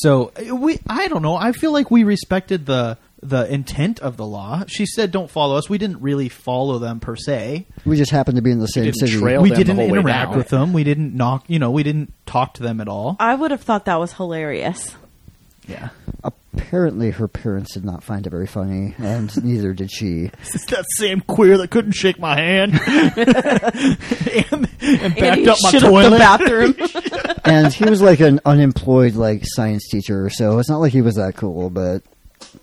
Speaker 1: So uh, we, I don't know. I feel like we respected the the intent of the law. She said, "Don't follow us." We didn't really follow them per se.
Speaker 4: We just happened to be in the same
Speaker 3: didn't
Speaker 4: city.
Speaker 3: trail- Failed
Speaker 1: we
Speaker 3: them the
Speaker 1: didn't
Speaker 3: whole way
Speaker 1: interact
Speaker 3: down.
Speaker 1: with them. We didn't knock. You know, we didn't talk to them at all.
Speaker 2: I would have thought that was hilarious.
Speaker 1: Yeah,
Speaker 4: Apparently, her parents did not find it very funny, and neither did she.
Speaker 1: it's that same queer that couldn't shake my hand and, and
Speaker 2: And
Speaker 1: backed
Speaker 2: he
Speaker 1: up my
Speaker 2: shit up the
Speaker 1: toilet.
Speaker 2: bathroom.
Speaker 4: And he was like an unemployed like science teacher, so it's not like he was that cool. But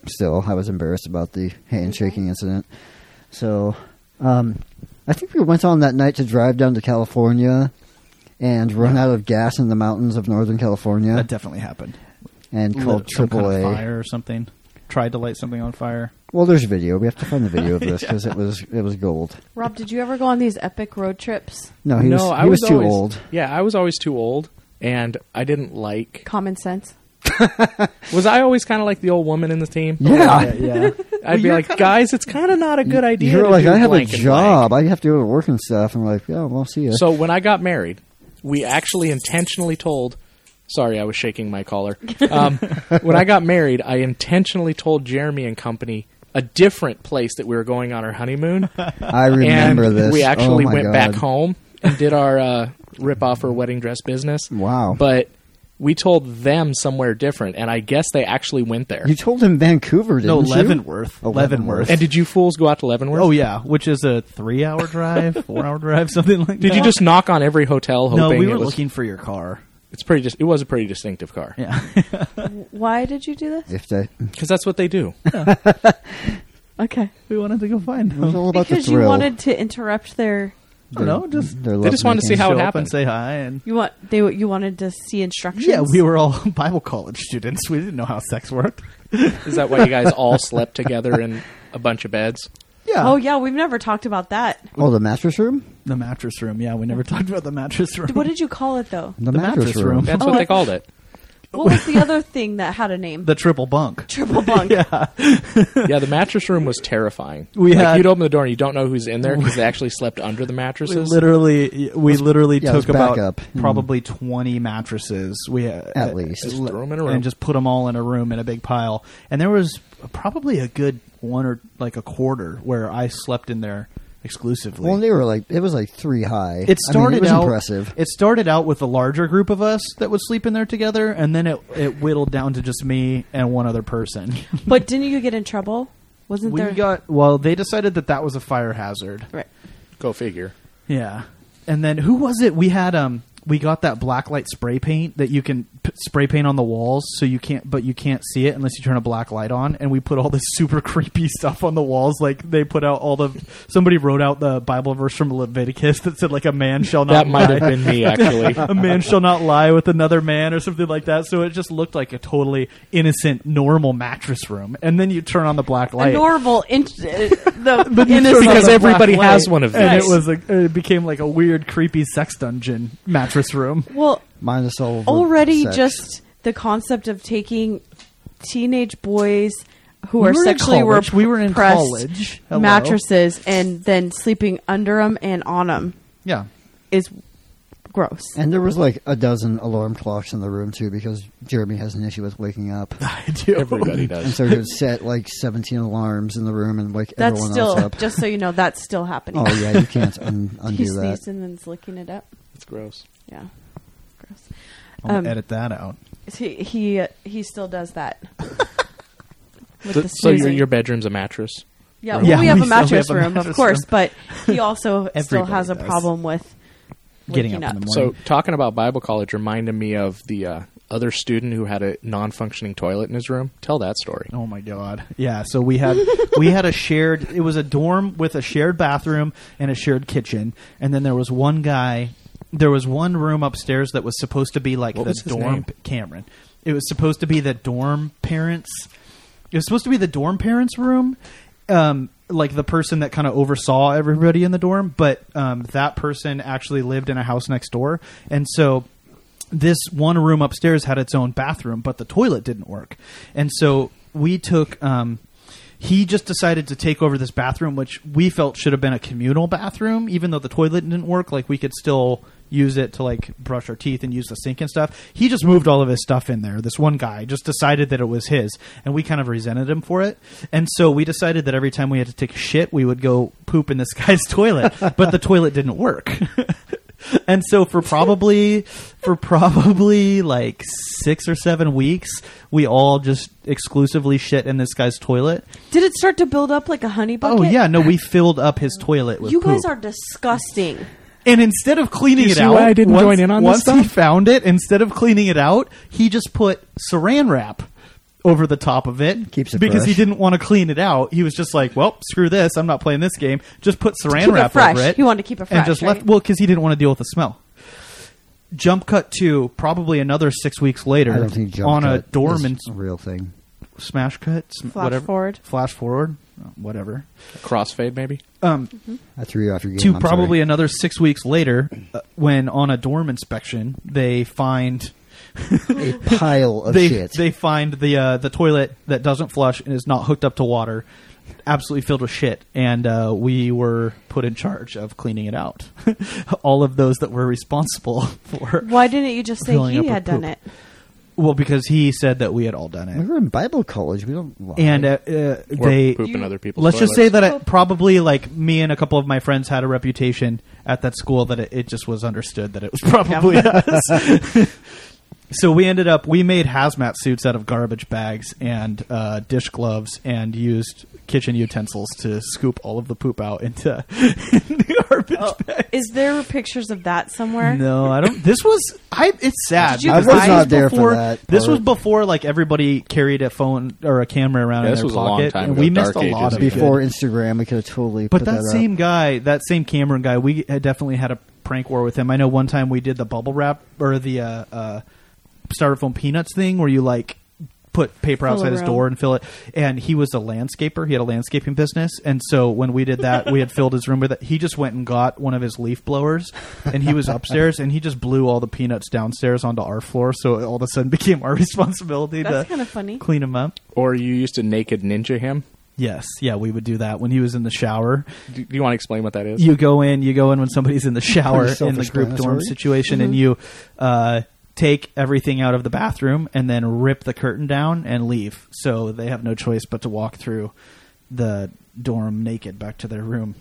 Speaker 4: still, I was embarrassed about the handshaking incident. So, um, I think we went on that night to drive down to California and run out of gas in the mountains of Northern California.
Speaker 1: That definitely happened.
Speaker 4: and called
Speaker 1: Some kind of
Speaker 4: AAA.
Speaker 1: fire or something. Tried to light something on fire.
Speaker 4: well, there's video. We have to find the video of this because it was it was gold.
Speaker 2: Rob, did you ever go on these epic road trips?
Speaker 4: No, he was he was, too
Speaker 3: always-
Speaker 4: old.
Speaker 3: Yeah, I was always too old, and I didn't like.
Speaker 2: Common sense.
Speaker 3: Was I always kind of like the old woman in the team?
Speaker 4: Yeah,
Speaker 1: yeah.
Speaker 3: I'd be like, guys, it's kind of not a good idea.
Speaker 4: You're
Speaker 3: to
Speaker 4: like,
Speaker 3: do
Speaker 4: I have a
Speaker 3: blank and
Speaker 4: job. I have to go to work and stuff. And like, yeah, well, see ya.
Speaker 3: blank." So when I got married, we actually intentionally told. Sorry, I was shaking my collar. Um, when I got married, I intentionally told Jeremy and company a different place that we were going on our honeymoon.
Speaker 4: I remember
Speaker 3: and
Speaker 4: this.
Speaker 3: We
Speaker 4: Oh
Speaker 3: actually
Speaker 4: my
Speaker 3: went
Speaker 4: God.
Speaker 3: back home and did our uh, rip off our wedding dress business.
Speaker 4: Wow.
Speaker 3: But we told them somewhere different, and I guess they actually went there.
Speaker 4: You told him Vancouver, didn't
Speaker 1: No,
Speaker 4: you?
Speaker 1: Leavenworth.
Speaker 4: Oh,
Speaker 1: Leavenworth.
Speaker 3: and did you fools go out to Leavenworth?
Speaker 1: Oh yeah, which is a three-hour drive, four-hour drive, something like that.
Speaker 3: Did you just knock on every hotel hoping
Speaker 1: No, we were
Speaker 3: it was?
Speaker 1: looking for your car.
Speaker 3: It's pretty. Just, it was a pretty distinctive car
Speaker 1: Yeah,
Speaker 2: Why did you do this?
Speaker 4: If that, it
Speaker 3: because that's what they do.
Speaker 2: Okay.
Speaker 1: we wanted to go find
Speaker 4: was
Speaker 1: them.
Speaker 4: all about
Speaker 2: Because
Speaker 4: the
Speaker 2: you
Speaker 4: thrill.
Speaker 2: wanted to interrupt their.
Speaker 1: No, just
Speaker 4: Their
Speaker 3: They just wanted to see
Speaker 4: lovemaking.
Speaker 3: how
Speaker 1: show
Speaker 3: it
Speaker 1: up and
Speaker 3: happened.
Speaker 1: say hi. And
Speaker 2: You want they you wanted to see instructions.
Speaker 1: yeah, we were all Bible college students. We didn't know how sex worked.
Speaker 3: Is that why you guys all slept together in a bunch of beds?
Speaker 1: Yeah.
Speaker 2: Oh yeah, we've never talked about that.
Speaker 4: Oh, the mattress room.
Speaker 1: The mattress room. Yeah, we never talked about the mattress room.
Speaker 2: What did you call it though?
Speaker 4: The,
Speaker 1: The
Speaker 4: mattress,
Speaker 1: mattress
Speaker 4: room.
Speaker 1: room.
Speaker 3: That's
Speaker 2: Oh,
Speaker 3: what
Speaker 2: I-
Speaker 3: they called it.
Speaker 2: What was the other thing that had a name?
Speaker 1: the triple bunk.
Speaker 2: triple bunk.
Speaker 3: Yeah, the mattress room was terrifying.
Speaker 1: We
Speaker 3: like,
Speaker 1: had-
Speaker 3: you'd open the door and you don't know who's in there because they actually slept under the
Speaker 1: We
Speaker 3: mattresses.
Speaker 1: literally, we literally
Speaker 4: yeah, let's
Speaker 1: took
Speaker 4: back
Speaker 1: about
Speaker 4: up.
Speaker 1: probably twenty mattresses. We uh,
Speaker 4: At least. Just
Speaker 1: le-
Speaker 3: throw 'em in a room.
Speaker 1: and just put them all in a room in a big pile. And there was probably a good one or like a quarter where I slept in there exclusively.
Speaker 4: Well, they were like it was like three high.
Speaker 1: it started
Speaker 4: I mean, it was
Speaker 1: out
Speaker 4: impressive.
Speaker 1: It started out with a larger group of us that would sleep in there together, and then it it whittled down to just me and one other person.
Speaker 2: but didn't you get in trouble? Wasn't
Speaker 1: we
Speaker 2: there?
Speaker 1: got well. They decided that that was a fire hazard.
Speaker 2: right.
Speaker 3: Go figure.
Speaker 1: Yeah. And then who was it? We had um we got that black light spray paint that you can p- spray paint on the walls so you can't but you can't see it unless you turn a black light on and we put all this super creepy stuff on the walls like they put out all the somebody wrote out the bible verse from Leviticus that said like a man shall not
Speaker 3: That might
Speaker 1: lie.
Speaker 3: have been me actually.
Speaker 1: a man shall not lie with another man or something like that so it just looked like a totally innocent normal mattress room and then you turn on the black
Speaker 2: A
Speaker 1: light
Speaker 2: normal in- uh,
Speaker 1: Sure,
Speaker 2: the
Speaker 1: the
Speaker 3: because
Speaker 2: innocent.
Speaker 3: everybody
Speaker 1: black
Speaker 3: has
Speaker 1: light.
Speaker 3: one of
Speaker 1: And it
Speaker 3: these.
Speaker 1: was a, it became like a weird, creepy sex dungeon mattress room.
Speaker 2: Well,
Speaker 4: Minus all of the
Speaker 2: already
Speaker 4: sex.
Speaker 2: just the concept of taking teenage boys who
Speaker 1: We
Speaker 2: are
Speaker 1: were in
Speaker 2: sexually
Speaker 1: college.
Speaker 2: rep-
Speaker 1: We were in
Speaker 2: repressed
Speaker 1: college. Hello.
Speaker 2: mattresses and then sleeping under them and on them
Speaker 1: Yeah,
Speaker 2: is gross.
Speaker 4: And there was like a dozen alarm clocks in the room too, because Jeremy has an issue with waking up,
Speaker 1: I do.
Speaker 3: Everybody
Speaker 4: and
Speaker 3: does.
Speaker 4: so he would set like seventeen alarms in the room and wake
Speaker 2: that's
Speaker 4: everyone else
Speaker 2: still
Speaker 4: up.
Speaker 2: just so you know that's still happening.
Speaker 4: oh yeah, you can't un-
Speaker 2: he
Speaker 4: undo that.
Speaker 2: sneezed and then's licking it up.
Speaker 3: It's gross.
Speaker 2: Yeah, gross.
Speaker 1: I'll
Speaker 2: Um,
Speaker 1: edit that out.
Speaker 2: He he, uh, he still does that. With the
Speaker 3: so your
Speaker 2: snoozing.
Speaker 3: your bedroom's a mattress.
Speaker 2: Yeah,
Speaker 1: Yeah,
Speaker 2: well, we have
Speaker 1: we
Speaker 2: a
Speaker 1: still have
Speaker 2: mattress
Speaker 1: a
Speaker 2: room, of
Speaker 1: mattress
Speaker 2: course,
Speaker 1: room.
Speaker 2: but he also still
Speaker 1: Everybody
Speaker 2: has a
Speaker 1: does.
Speaker 2: problem with
Speaker 1: Getting
Speaker 2: waking
Speaker 1: up in the
Speaker 3: So
Speaker 1: Morning.
Speaker 3: talking about Bible college reminded me of the uh, other student who had a non-functioning toilet in his room. Tell that story.
Speaker 1: Oh my god. Yeah. So we had we had a shared. It was a dorm with a shared bathroom and a shared kitchen, and then there was one guy. There was one room upstairs that was supposed to be like
Speaker 3: What
Speaker 1: the
Speaker 3: was his
Speaker 1: dorm.
Speaker 3: name?
Speaker 1: Cameron. It was supposed to be the dorm parents. It was supposed to be the dorm parents' room, um, like the person that kind of oversaw everybody in the dorm. But um, that person actually lived in a house next door, and so this one room upstairs had its own bathroom, but the toilet didn't work, and so we took. Um, he just decided to take over this bathroom, which we felt should have been a communal bathroom, even though the toilet didn't work. Like we could still use it to like brush our teeth and use the sink and stuff. He just moved all of his stuff in there. This one guy just decided that it was his, and we kind of resented him for it. And so we decided that every time we had to take a shit, we would go poop in this guy's toilet. But the toilet didn't work. and so for probably for probably like 6 or 7 weeks, we all just exclusively shit in this guy's toilet.
Speaker 2: Did it start to build up like a honey bucket?
Speaker 1: Oh yeah, no, we filled up his toilet with
Speaker 2: You
Speaker 1: poop.
Speaker 2: guys are disgusting.
Speaker 1: and instead of cleaning
Speaker 3: You
Speaker 1: it
Speaker 3: see
Speaker 1: out,
Speaker 3: why I didn't
Speaker 1: once,
Speaker 3: join in on this
Speaker 1: once he
Speaker 3: stuff?
Speaker 1: found it, instead of cleaning it out, he just put Saran wrap over the top of it
Speaker 4: Keeps it
Speaker 1: because he
Speaker 4: fresh.
Speaker 1: didn't want to clean it out. He was just like, "Well, screw this. I'm not playing this game. Just put Saran
Speaker 2: keep it
Speaker 1: wrap
Speaker 2: fresh.
Speaker 1: over it."
Speaker 2: He wanted to keep it
Speaker 1: and
Speaker 2: fresh,
Speaker 1: just left.
Speaker 2: right?
Speaker 1: Well, because he didn't want to deal with the smell. Jump cut to probably another six weeks later
Speaker 4: I don't think jump
Speaker 1: on a
Speaker 4: cut
Speaker 1: dorm
Speaker 4: is
Speaker 1: in
Speaker 4: a real thing.
Speaker 1: smash cut, sm-
Speaker 2: Flash
Speaker 1: whatever,
Speaker 2: forward.
Speaker 1: flash forward, whatever.
Speaker 3: Crossfade maybe.
Speaker 1: Um,
Speaker 4: I threw you off your game.
Speaker 1: to
Speaker 4: I'm
Speaker 1: probably
Speaker 4: sorry.
Speaker 1: another six weeks later, uh, when on a dorm inspection, they find
Speaker 4: a pile of
Speaker 1: they
Speaker 4: Oh, shit.
Speaker 1: they find the uh, the toilet that doesn't flush and is not hooked up to water. absolutely filled with shit, and uh, we were put in charge of cleaning it out. All of those that were responsible for.
Speaker 2: Why didn't you just say
Speaker 1: Filling up
Speaker 2: he
Speaker 1: with
Speaker 2: had done
Speaker 1: poop.
Speaker 2: it?
Speaker 1: Well, because he said that we had all done
Speaker 4: We
Speaker 1: it,
Speaker 4: were in Bible college. We don't. Lie.
Speaker 1: and uh, uh,
Speaker 3: Or
Speaker 1: they.
Speaker 3: poop in
Speaker 2: You-
Speaker 3: other people's
Speaker 1: Let's just say
Speaker 3: toilets.
Speaker 1: that it probably like me and a couple of my friends had a reputation at that school that it, it just was understood that it was probably us. so we ended up we made hazmat suits out of garbage bags and uh, dish gloves and used kitchen utensils to scoop all of the poop out into the garbage bag.
Speaker 2: Oh, Is there pictures of that somewhere?
Speaker 1: No, I don't. This was I. It's sad.
Speaker 2: Did you
Speaker 1: because
Speaker 2: I was
Speaker 1: this
Speaker 2: not
Speaker 4: there for
Speaker 1: before,
Speaker 4: that
Speaker 1: This
Speaker 4: part.
Speaker 1: was before like everybody carried a phone or a camera around
Speaker 3: Yeah,
Speaker 1: in
Speaker 3: this
Speaker 1: their
Speaker 3: was a long
Speaker 1: pocket,
Speaker 3: time
Speaker 1: and
Speaker 3: ago,
Speaker 1: we missed a lot
Speaker 3: dark ages
Speaker 1: of
Speaker 3: ago.
Speaker 1: good-
Speaker 4: before Instagram, we could have totally.
Speaker 1: But
Speaker 4: put
Speaker 1: that,
Speaker 4: that, up.
Speaker 1: same guy, that same Cameron guy, we had definitely had a prank war with him. I know one time we did the bubble wrap or the uh, uh, styrofoam peanuts thing, where you like put paper
Speaker 2: Fill
Speaker 1: outside his
Speaker 2: around.
Speaker 1: door and fill it. And he was a landscaper; he had a landscaping business, and so when we did that, we had filled his room with it. He just went and got one of his leaf blowers, and he was upstairs, and he just blew all the peanuts downstairs onto our floor. So it all of a sudden became our responsibility
Speaker 2: That's
Speaker 1: to
Speaker 2: kind of funny.
Speaker 1: clean him up.
Speaker 3: Or you used to naked ninja him.
Speaker 1: Yes, yeah, we would do that when he was in the shower
Speaker 3: Do, do you want to explain what that is?
Speaker 1: you go in you go in when somebody's in the shower
Speaker 4: Pretty
Speaker 1: in the group dorm
Speaker 4: self-explanatory. Mm-hmm.
Speaker 1: situation and you uh, take everything out of the bathroom and then rip the curtain down and leave so they have no choice but to walk through the dorm naked back to their room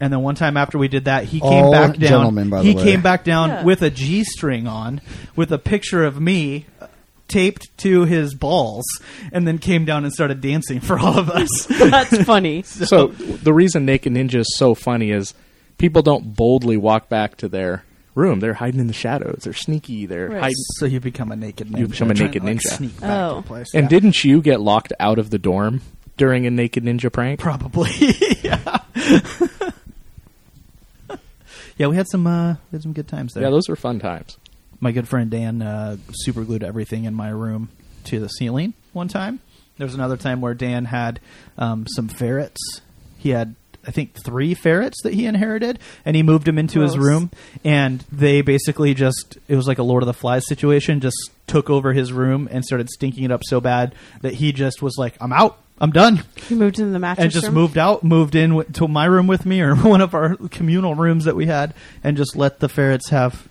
Speaker 1: and then one time after we did that, he came
Speaker 4: All
Speaker 1: back down.
Speaker 4: gentlemen, by the
Speaker 1: he
Speaker 4: way.
Speaker 1: came back down
Speaker 2: Yeah.
Speaker 1: with a G string on, with a picture of me uh, taped to his balls, and then came down and started dancing for all of us.
Speaker 2: That's funny.
Speaker 3: so the reason naked ninja is so funny is people don't boldly walk back to their room they're hiding in the shadows they're sneaky they're
Speaker 2: Right.
Speaker 3: hiding
Speaker 1: So you become a naked ninja.
Speaker 3: You become a
Speaker 1: Trying
Speaker 3: naked
Speaker 1: to, like,
Speaker 3: ninja.
Speaker 1: sneak back
Speaker 2: Oh.
Speaker 1: to place.
Speaker 3: and
Speaker 1: Yeah.
Speaker 3: didn't you get locked out of the dorm during a naked ninja prank
Speaker 1: probably. yeah. yeah, we had some uh, we had some good times there.
Speaker 3: yeah those were fun times
Speaker 1: my good friend Dan uh, super glued everything in my room to the ceiling one time. There was another time where Dan had um, some ferrets. He had, I think, three ferrets that he inherited, and he moved them into his
Speaker 2: Gross.
Speaker 1: room. And they basically just, it was like a Lord of the Flies situation, just took over his room and started stinking it up so bad that he just was like, I'm out. I'm done.
Speaker 2: He moved into the mattress
Speaker 1: And just
Speaker 2: room.
Speaker 1: moved out, moved in w- to my room with me or one of our communal rooms that we had, and just let the ferrets have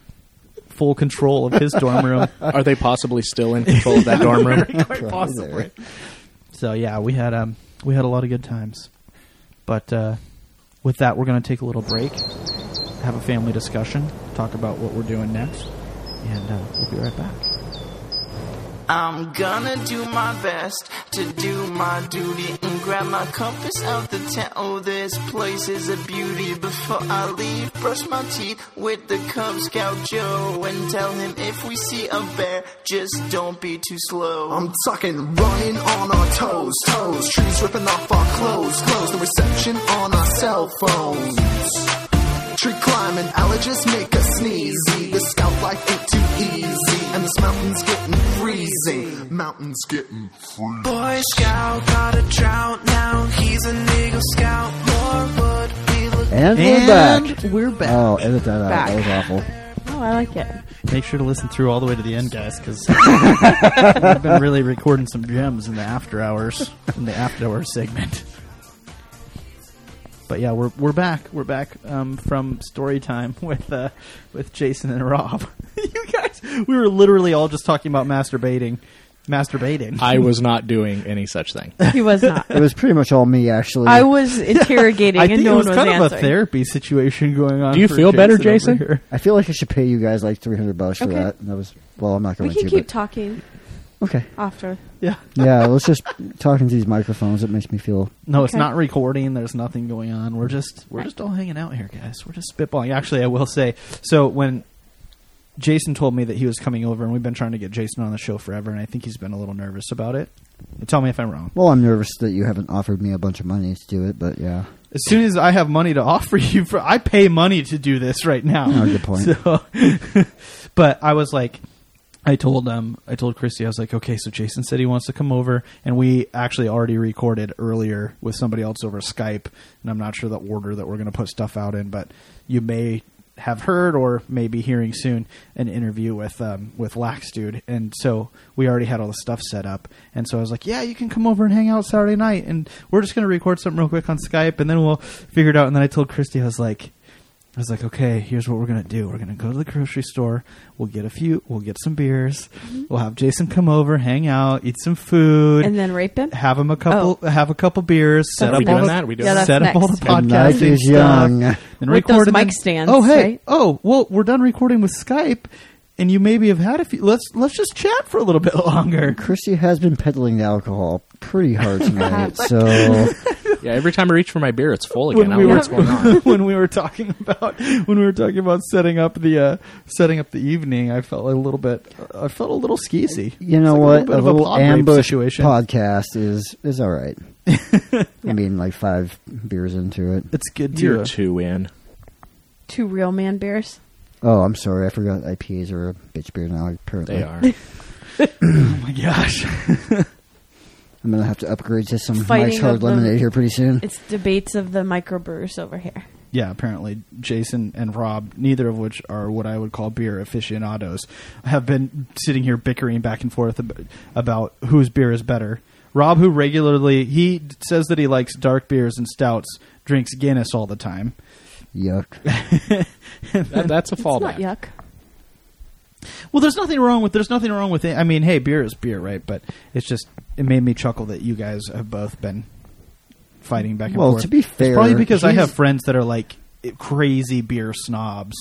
Speaker 1: full control of his dorm room.
Speaker 3: are they possibly still in control of that dorm room
Speaker 1: Quite
Speaker 4: Probably
Speaker 1: possibly.
Speaker 4: there.
Speaker 1: So yeah, we had um we had a lot of good times. But uh, with that, we're going to take a little break, have a family discussion, talk about what we're doing next, and uh, we'll be right back.
Speaker 5: I'm gonna do my best to do my duty and grab my compass of the tent. Oh, this place is a beauty. Before I leave, brush my teeth with the Cub Scout Joe and tell him if we see a bear, just don't be too slow.
Speaker 6: I'm talking running on our toes, toes. Trees ripping off our clothes, clothes. The reception on our cell phones. Tree climbing, allergies make us sneezy. The scout life ain't too easy, and this mountain's getting freezing. Mountain's getting freezing.
Speaker 5: Boy Scout got a trout now. He's an Eagle Scout. More would be looking.
Speaker 4: And we're
Speaker 1: And
Speaker 4: back.
Speaker 1: we're back.
Speaker 4: Oh, edit that out.
Speaker 2: Back.
Speaker 4: That was awful.
Speaker 2: Oh, I like it.
Speaker 1: Make sure to listen through all the way to the end, guys, because we've been really recording some gems in the after hours, in the after hours segment. But yeah, we're we're back. We're back um, from story time with uh, with Jason and Rob. you guys, we were literally all just talking about masturbating, masturbating.
Speaker 3: i was not doing any such thing
Speaker 2: He was not.
Speaker 4: It was pretty much all me, actually.
Speaker 2: I was interrogating,
Speaker 1: I
Speaker 2: and
Speaker 1: think
Speaker 2: no
Speaker 1: it was
Speaker 2: one
Speaker 1: kind
Speaker 2: was
Speaker 1: of a
Speaker 2: answering.
Speaker 1: therapy situation going on.
Speaker 3: Do you
Speaker 1: for
Speaker 3: feel better,
Speaker 1: Jason?
Speaker 3: Jason?
Speaker 1: over here.
Speaker 4: I feel like I should pay you guys like three hundred bucks for
Speaker 2: Okay.
Speaker 4: that. That was well, I'm not going
Speaker 2: we can
Speaker 4: to.
Speaker 2: keep
Speaker 4: but,
Speaker 2: talking
Speaker 4: okay.
Speaker 2: after.
Speaker 1: Yeah.
Speaker 4: Yeah, let's just talk into these microphones. It makes me feel.
Speaker 1: No, it's
Speaker 2: Okay.
Speaker 1: not recording. There's nothing going on. We're just we're just all hanging out here, guys. We're just spitballing. Actually, I will say so when Jason told me that he was coming over, and we've been trying to get Jason on the show forever, and I think he's been a little nervous about it. Tell me if I'm wrong.
Speaker 4: Well, I'm nervous that you haven't offered me a bunch of money to do it, but yeah.
Speaker 1: As soon as I have money to offer you, for I pay money to do this right now.
Speaker 4: Oh, good point.
Speaker 1: So, but I was like, I told um, I told Christy, I was like, okay, so Jason said he wants to come over, and we actually already recorded earlier with somebody else over Skype, and I'm not sure the order that we're going to put stuff out in, but you may have heard or maybe hearing soon an interview with um, with Lax Dude, and so we already had all the stuff set up, and so I was like, yeah, you can come over and hang out Saturday night, and we're just gonna record something real quick on Skype, and then we'll figure it out. And then I told Christy, I was like. I was like, okay, here's what we're gonna do. We're gonna go to the grocery store. We'll get a few. We'll get some beers. We'll have Jason come over, hang out, eat some food,
Speaker 2: Mm-hmm. and then rape him.
Speaker 1: have him a couple have a couple beers. set
Speaker 2: That's
Speaker 1: up
Speaker 2: We doing
Speaker 1: all the-
Speaker 3: that? We doing
Speaker 2: Yeah, that?
Speaker 1: set up
Speaker 2: that's
Speaker 1: all the
Speaker 2: next.
Speaker 4: The night
Speaker 1: podcasting
Speaker 4: is
Speaker 1: stuff
Speaker 4: young.
Speaker 1: and
Speaker 2: With those
Speaker 1: record and
Speaker 2: mic
Speaker 1: then-
Speaker 2: stands,
Speaker 1: Oh hey,
Speaker 2: right?
Speaker 1: oh well, we're done recording with Skype, and you maybe have had a few. Let's let's just chat for a little bit longer.
Speaker 4: Christy has been peddling the alcohol pretty hard tonight, so
Speaker 3: Yeah, every time I reach for my beer, it's full again.
Speaker 1: When
Speaker 3: I
Speaker 1: we
Speaker 3: don't know
Speaker 1: were
Speaker 3: what's going on.
Speaker 1: when we were talking about when we were talking about setting up the uh, setting up the evening, I felt a little bit. I felt a little skeezy.
Speaker 4: you know
Speaker 1: It's
Speaker 4: what?
Speaker 1: like A little bit of a pod rape
Speaker 4: ambush
Speaker 1: situation.
Speaker 4: podcast is is all right. I mean, like five beers into it.
Speaker 1: It's good to.
Speaker 3: You're two in.
Speaker 2: Two real man bears.
Speaker 4: Oh, I'm sorry, I forgot IPAs are a bitch beer now. Apparently,
Speaker 3: They are.
Speaker 1: oh my gosh.
Speaker 4: I'm gonna have to upgrade to some
Speaker 2: Fighting
Speaker 4: Mike's Hard
Speaker 2: of the-
Speaker 4: Lemonade here pretty soon.
Speaker 2: It's debates of the microbrewers over here.
Speaker 1: yeah, apparently Jason and Rob, neither of which are what I would call beer aficionados, have been sitting here bickering back and forth ab- about whose beer is better. Rob, who regularly he d- says that he likes dark beers and stouts, drinks Guinness all the time.
Speaker 4: Yuck.
Speaker 3: That, that's a fallback.
Speaker 2: It's not yuck.
Speaker 1: Well, there's nothing wrong with there's nothing wrong with it. I mean, hey, beer is beer, right? But it's just it made me chuckle that you guys have both been fighting back and
Speaker 4: Well,
Speaker 1: forth.
Speaker 4: to be
Speaker 1: It's
Speaker 4: fair,
Speaker 1: probably because I
Speaker 4: he's-
Speaker 1: have friends that are like crazy beer snobs.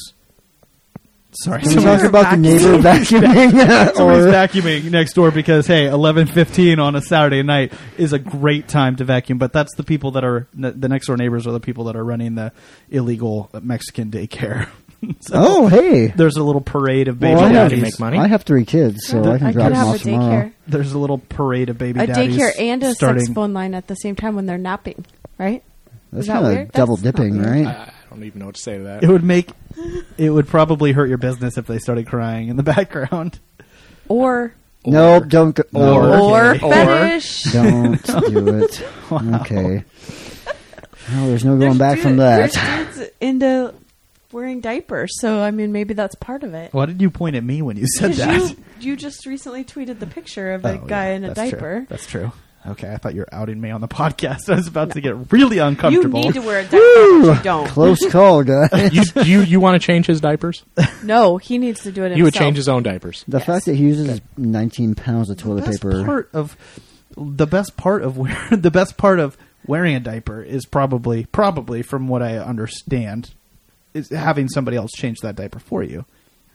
Speaker 1: Sorry,
Speaker 4: Can we talk
Speaker 2: Somebody's
Speaker 4: about the
Speaker 2: vacuuming.
Speaker 4: neighbor vacuuming?
Speaker 1: Somebody's
Speaker 4: or
Speaker 1: vacuuming next door because hey, eleven fifteen on a Saturday night is a great time to vacuum. But that's the people that are the next door neighbors are the people that are running the illegal Mexican daycare. so
Speaker 4: oh, hey.
Speaker 1: there's a little parade of baby
Speaker 4: Well, I,
Speaker 3: daddies.
Speaker 1: daddies.
Speaker 3: Make money?
Speaker 4: I have three kids, so I can
Speaker 2: I
Speaker 4: drop
Speaker 2: could have
Speaker 4: them
Speaker 2: a
Speaker 4: off tomorrow.
Speaker 2: daycare,
Speaker 1: There's a little parade of baby
Speaker 2: a
Speaker 1: daddies.
Speaker 2: daycare, and a
Speaker 1: starting.
Speaker 2: sex phone line at the same time when they're napping. Right?
Speaker 4: That's
Speaker 2: Is that
Speaker 4: kind of
Speaker 2: weird?
Speaker 4: double
Speaker 2: That's not
Speaker 4: dipping,
Speaker 2: weird.
Speaker 4: right?
Speaker 3: I, I don't even know what to say to that.
Speaker 1: It would make it would probably hurt your business if they started crying in the background.
Speaker 2: Or
Speaker 4: no, don't go.
Speaker 1: Or-
Speaker 4: no,
Speaker 2: or
Speaker 1: Okay. Or-
Speaker 2: fetish.
Speaker 4: don't do it. Okay. Well, there's no
Speaker 2: There's
Speaker 4: going back from
Speaker 2: dude-
Speaker 4: that.
Speaker 2: There's dudes into wearing diapers, so I mean, maybe that's part of it.
Speaker 1: Why did you point at me when you said
Speaker 2: 'Cause
Speaker 1: that?
Speaker 2: you you just recently tweeted the picture of a
Speaker 1: Oh,
Speaker 2: guy
Speaker 1: yeah,
Speaker 2: in a
Speaker 1: that's true.
Speaker 2: diaper.
Speaker 1: That's true. Okay, I thought you were outing me on the podcast. I was about to get really uncomfortable.
Speaker 2: You need to wear a diaper, but you don't.
Speaker 4: Close call, guys.
Speaker 3: you you, you want to change his diapers?
Speaker 2: No, he needs to do it himself.
Speaker 3: You would change his own diapers.
Speaker 4: The fact that he uses 19 pounds of
Speaker 1: the
Speaker 4: toilet
Speaker 1: best
Speaker 4: paper.
Speaker 1: part of the best part of wear, the best part of wearing a diaper is probably probably from what I understand is having somebody else change that diaper for you.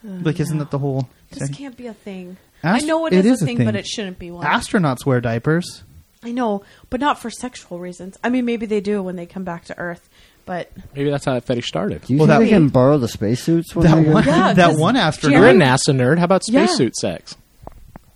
Speaker 2: Oh,
Speaker 1: like, isn't that the whole?
Speaker 2: This
Speaker 1: thing?
Speaker 2: can't be a thing.
Speaker 1: Ast-
Speaker 2: I know it
Speaker 1: it
Speaker 2: is,
Speaker 1: is a
Speaker 2: a thing,
Speaker 1: thing.
Speaker 2: but it shouldn't be one.
Speaker 1: Astronauts wear diapers.
Speaker 2: I know, but not for sexual reasons. I mean, maybe they do when they come back to Earth, but
Speaker 3: Maybe that's how that fetish started.
Speaker 4: do you
Speaker 1: Well,
Speaker 4: think
Speaker 1: that-
Speaker 4: they can borrow the spacesuits when
Speaker 1: That
Speaker 4: they go-
Speaker 1: one,
Speaker 2: Yeah,
Speaker 1: that
Speaker 2: 'cause
Speaker 1: one astronaut.
Speaker 3: You're a
Speaker 2: Jerry-
Speaker 3: NASA nerd. How about
Speaker 2: Yeah.
Speaker 3: spacesuit sex?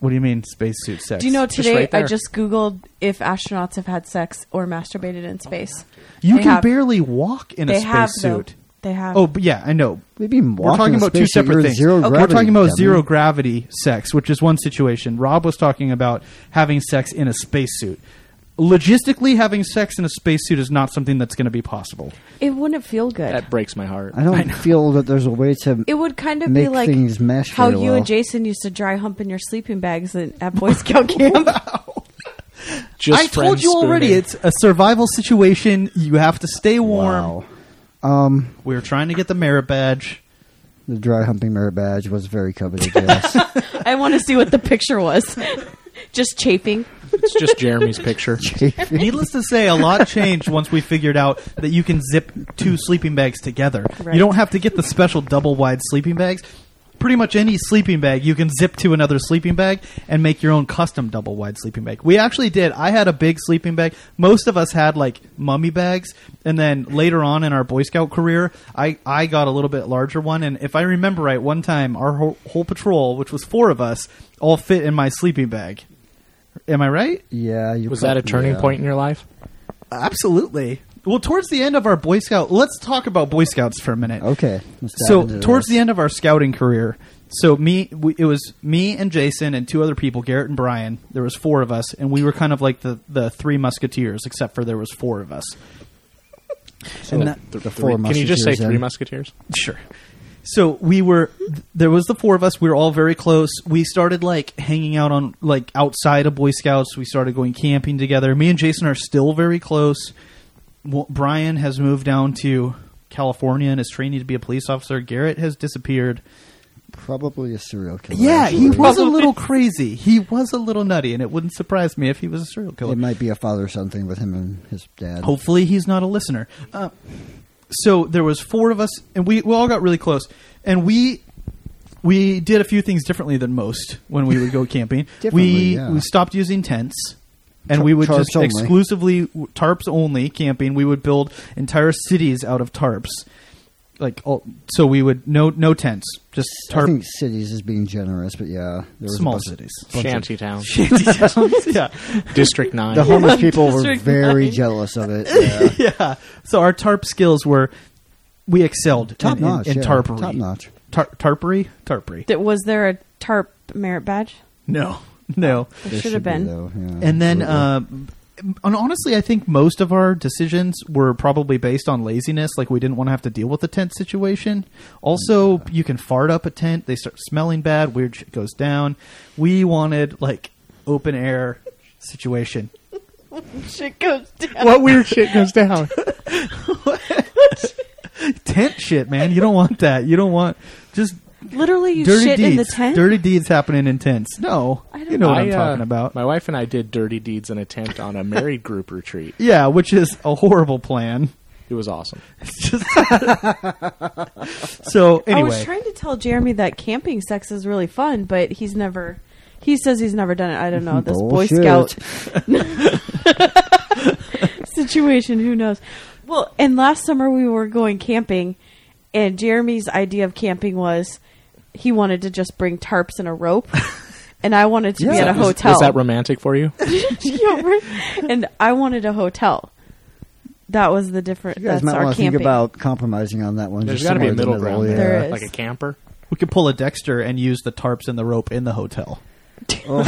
Speaker 1: What do you mean spacesuit sex?
Speaker 2: do you know
Speaker 3: just
Speaker 2: today
Speaker 3: right
Speaker 2: I
Speaker 3: there.
Speaker 2: just googled if astronauts have had sex or masturbated in space.
Speaker 1: you
Speaker 2: They
Speaker 1: can
Speaker 2: have-
Speaker 1: barely walk in
Speaker 2: They
Speaker 1: a
Speaker 2: have though.
Speaker 1: spacesuit.
Speaker 2: They have.
Speaker 1: Oh, but yeah, I know.
Speaker 4: What do you mean
Speaker 1: We're
Speaker 4: walking
Speaker 1: talking
Speaker 4: in
Speaker 1: about two
Speaker 4: space? You're
Speaker 1: separate
Speaker 4: in
Speaker 1: things.
Speaker 4: zero
Speaker 1: We're
Speaker 4: gravity,
Speaker 1: talking about
Speaker 4: dummy.
Speaker 1: zero gravity sex, which is one situation. Rob was talking about having sex in a spacesuit. Logistically, having sex in a spacesuit is not something that's going to be possible.
Speaker 2: it wouldn't feel good.
Speaker 3: That breaks my heart.
Speaker 4: I don't feel that there's a way to.
Speaker 2: it would kind of
Speaker 4: make
Speaker 2: be like
Speaker 4: things mesh
Speaker 2: how
Speaker 4: very
Speaker 2: you
Speaker 4: well.
Speaker 2: and Jason used to dry hump in your sleeping bags in, at Boy Scout camp.
Speaker 3: Just
Speaker 1: I told
Speaker 3: friends
Speaker 1: you already,
Speaker 3: spooning.
Speaker 1: it's a survival situation. You have to stay warm.
Speaker 4: Wow.
Speaker 1: We were trying to get the merit badge.
Speaker 4: The dry humping merit badge was very coveted. Yes.
Speaker 2: I want to see what the picture was. Just chafing.
Speaker 3: it's just Jeremy's picture.
Speaker 1: Needless to say, a lot changed once we figured out that you can zip two sleeping bags together.
Speaker 2: Right.
Speaker 1: You don't have to get the special double wide sleeping bags. Pretty much any sleeping bag you can zip to another sleeping bag and make your own custom double wide sleeping bag. We actually did. I had a big sleeping bag. Most of us had like mummy bags, and then later on in our Boy Scout career, I I got a little bit larger one. And if I remember right, one time our whole, whole patrol, which was four of us, all fit in my sleeping bag. Am I right?
Speaker 4: yeah. You
Speaker 3: Was that a
Speaker 4: probably- uh,
Speaker 3: turning
Speaker 4: yeah.
Speaker 3: point in your life?
Speaker 1: Absolutely. Well, towards the end of our Boy Scout, let's talk about Boy Scouts for a minute.
Speaker 4: Okay. let's dive
Speaker 1: So
Speaker 4: into
Speaker 1: towards
Speaker 4: this.
Speaker 1: the end of our scouting career, so me, we, it was me and Jason and two other people, Garrett and Brian. There was four of us, and we were kind of like the the three musketeers, except for there was four of us.
Speaker 3: So
Speaker 1: And that-
Speaker 3: th-
Speaker 4: the four
Speaker 3: three- can you just say
Speaker 4: musketeers
Speaker 3: three
Speaker 4: in.
Speaker 3: musketeers?
Speaker 1: Sure. So we were there was the four of us. We were all very close. We started like hanging out on like outside of Boy Scouts. We started going camping together. Me and Jason are still very close. Well, Brian has moved down to California and is training to be a police officer. Garrett has disappeared.
Speaker 4: Probably a serial killer.
Speaker 1: Yeah, he
Speaker 4: actually.
Speaker 1: was a little crazy. He was a little nutty, and it wouldn't surprise me if he was a serial killer.
Speaker 4: It might be a father son thing with him and his dad.
Speaker 1: Hopefully, he's not a listener. Uh, so there was four of us, and we, we all got really close, and we we did a few things differently than most when we would go camping.
Speaker 4: Differently,
Speaker 1: we
Speaker 4: yeah.
Speaker 1: we stopped using tents, and
Speaker 4: Tar-
Speaker 1: we would
Speaker 4: tarps
Speaker 1: just
Speaker 4: only.
Speaker 1: exclusively tarps only camping. We would build entire cities out of tarps, like all, so we would no no tents, just
Speaker 4: I
Speaker 1: tarp
Speaker 4: think cities is being generous, but yeah, there was a
Speaker 1: small
Speaker 4: bunch of-
Speaker 1: cities.
Speaker 4: bunch of-
Speaker 3: Shantytown,
Speaker 1: yeah.
Speaker 3: District Nine.
Speaker 4: The homeless people were
Speaker 2: District
Speaker 4: very
Speaker 2: nine.
Speaker 4: jealous of it. Yeah.
Speaker 1: yeah. So our tarp skills were we excelled
Speaker 4: Top
Speaker 1: in, in,
Speaker 4: notch.
Speaker 1: in
Speaker 4: yeah.
Speaker 1: tarpery.
Speaker 4: Top notch.
Speaker 1: Tar- tarpery, tarpery.
Speaker 2: Th- Was there a TARP merit badge?
Speaker 1: No, no.
Speaker 2: There
Speaker 4: There
Speaker 2: should have
Speaker 4: be,
Speaker 2: been.
Speaker 4: though, yeah,
Speaker 1: And then,
Speaker 4: absolutely.
Speaker 1: uh, and honestly, I think most of our decisions were probably based on laziness. Like we didn't want to have to deal with the tent situation. Also, you can fart up a tent; they start smelling bad. Weird shit goes down. We wanted like open air situation.
Speaker 2: Shit goes down.
Speaker 3: what weird shit goes down?
Speaker 1: Tent shit, man. You don't want that. You don't want just
Speaker 2: Literally, you
Speaker 1: dirty
Speaker 2: shit
Speaker 1: deeds.
Speaker 2: in the tent.
Speaker 1: Dirty deeds happening in tents. No,
Speaker 2: I don't
Speaker 1: you know what
Speaker 3: I,
Speaker 1: I'm
Speaker 3: uh,
Speaker 1: talking about.
Speaker 3: My wife and I did dirty deeds in a tent on a married group retreat.
Speaker 1: yeah, which is a horrible plan.
Speaker 3: It was awesome.
Speaker 1: Just- so
Speaker 2: I was
Speaker 1: anyway,
Speaker 2: trying to tell Jeremy that camping sex is really fun, but he's never. He says he's never done it. I don't know this Boy
Speaker 4: Bullshit.
Speaker 2: Scout situation. Who knows? Well, and last summer we were going camping, and Jeremy's idea of camping was he wanted to just bring tarps and a rope, and I wanted to be
Speaker 4: Yeah.
Speaker 2: at a
Speaker 4: Is- is
Speaker 2: hotel.
Speaker 3: Is that romantic for you?
Speaker 2: Yeah, right. and I wanted a hotel. That was the different.
Speaker 4: you guys
Speaker 2: that's
Speaker 4: might
Speaker 2: our
Speaker 4: want to
Speaker 2: camping.
Speaker 4: think about compromising on that one.
Speaker 3: There's
Speaker 4: got to
Speaker 3: be a middle ground,
Speaker 4: Yeah.
Speaker 2: There is.
Speaker 3: like a camper.
Speaker 1: we could pull a Dexter and use the tarps and the rope in the hotel.
Speaker 4: Oh,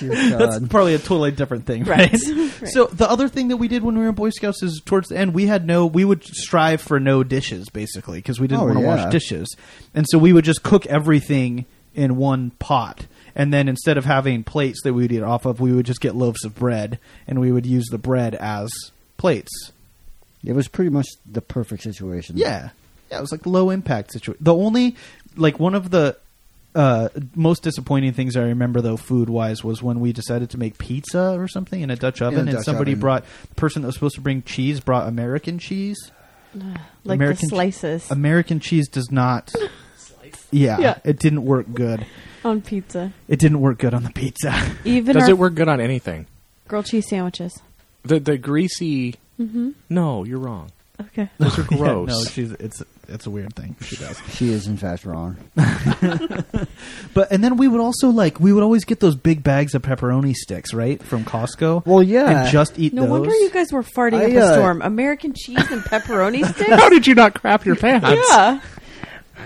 Speaker 4: dear
Speaker 1: That's
Speaker 4: God.
Speaker 1: probably a totally different thing, right?
Speaker 2: Right.
Speaker 1: So the other thing that we did when we were in Boy Scouts is towards the end we had no we would strive for no dishes basically because we didn't
Speaker 4: Oh,
Speaker 1: want to
Speaker 4: yeah.
Speaker 1: wash dishes, and so we would just cook everything in one pot. And then instead of having plates that we would eat off of, we would just get loaves of bread and we would use the bread as plates.
Speaker 4: It was pretty much the perfect situation.
Speaker 1: Yeah, yeah, it was like low impact situation. The only like one of the uh, most disappointing things I remember though, food wise, was when we decided to make pizza or something in a Dutch oven, and
Speaker 4: Dutch
Speaker 1: somebody
Speaker 4: oven.
Speaker 1: brought the person that was supposed to bring cheese brought American cheese.
Speaker 2: like
Speaker 1: American
Speaker 2: the slices
Speaker 1: American cheese does not. Yeah,
Speaker 2: Yeah.
Speaker 1: it didn't work good.
Speaker 2: on pizza.
Speaker 1: It didn't work good on the pizza.
Speaker 2: Even
Speaker 3: Does
Speaker 2: our
Speaker 3: it work good on anything?
Speaker 2: grilled cheese sandwiches.
Speaker 3: The the greasy.
Speaker 2: Mm-hmm.
Speaker 3: No, you're wrong.
Speaker 2: Okay.
Speaker 3: Those are
Speaker 1: Yeah,
Speaker 3: gross.
Speaker 1: no, she's it's it's a weird thing she does.
Speaker 4: She is, in fact, wrong.
Speaker 1: But and then we would also like we would always get those big bags of pepperoni sticks, right, from Costco.
Speaker 4: Well, yeah.
Speaker 1: and just eat
Speaker 2: No
Speaker 1: those.
Speaker 2: wonder you guys were farting
Speaker 4: I,
Speaker 2: up a
Speaker 4: uh,
Speaker 2: storm. American cheese and pepperoni sticks.
Speaker 3: How did you not crap your pants?
Speaker 2: yeah.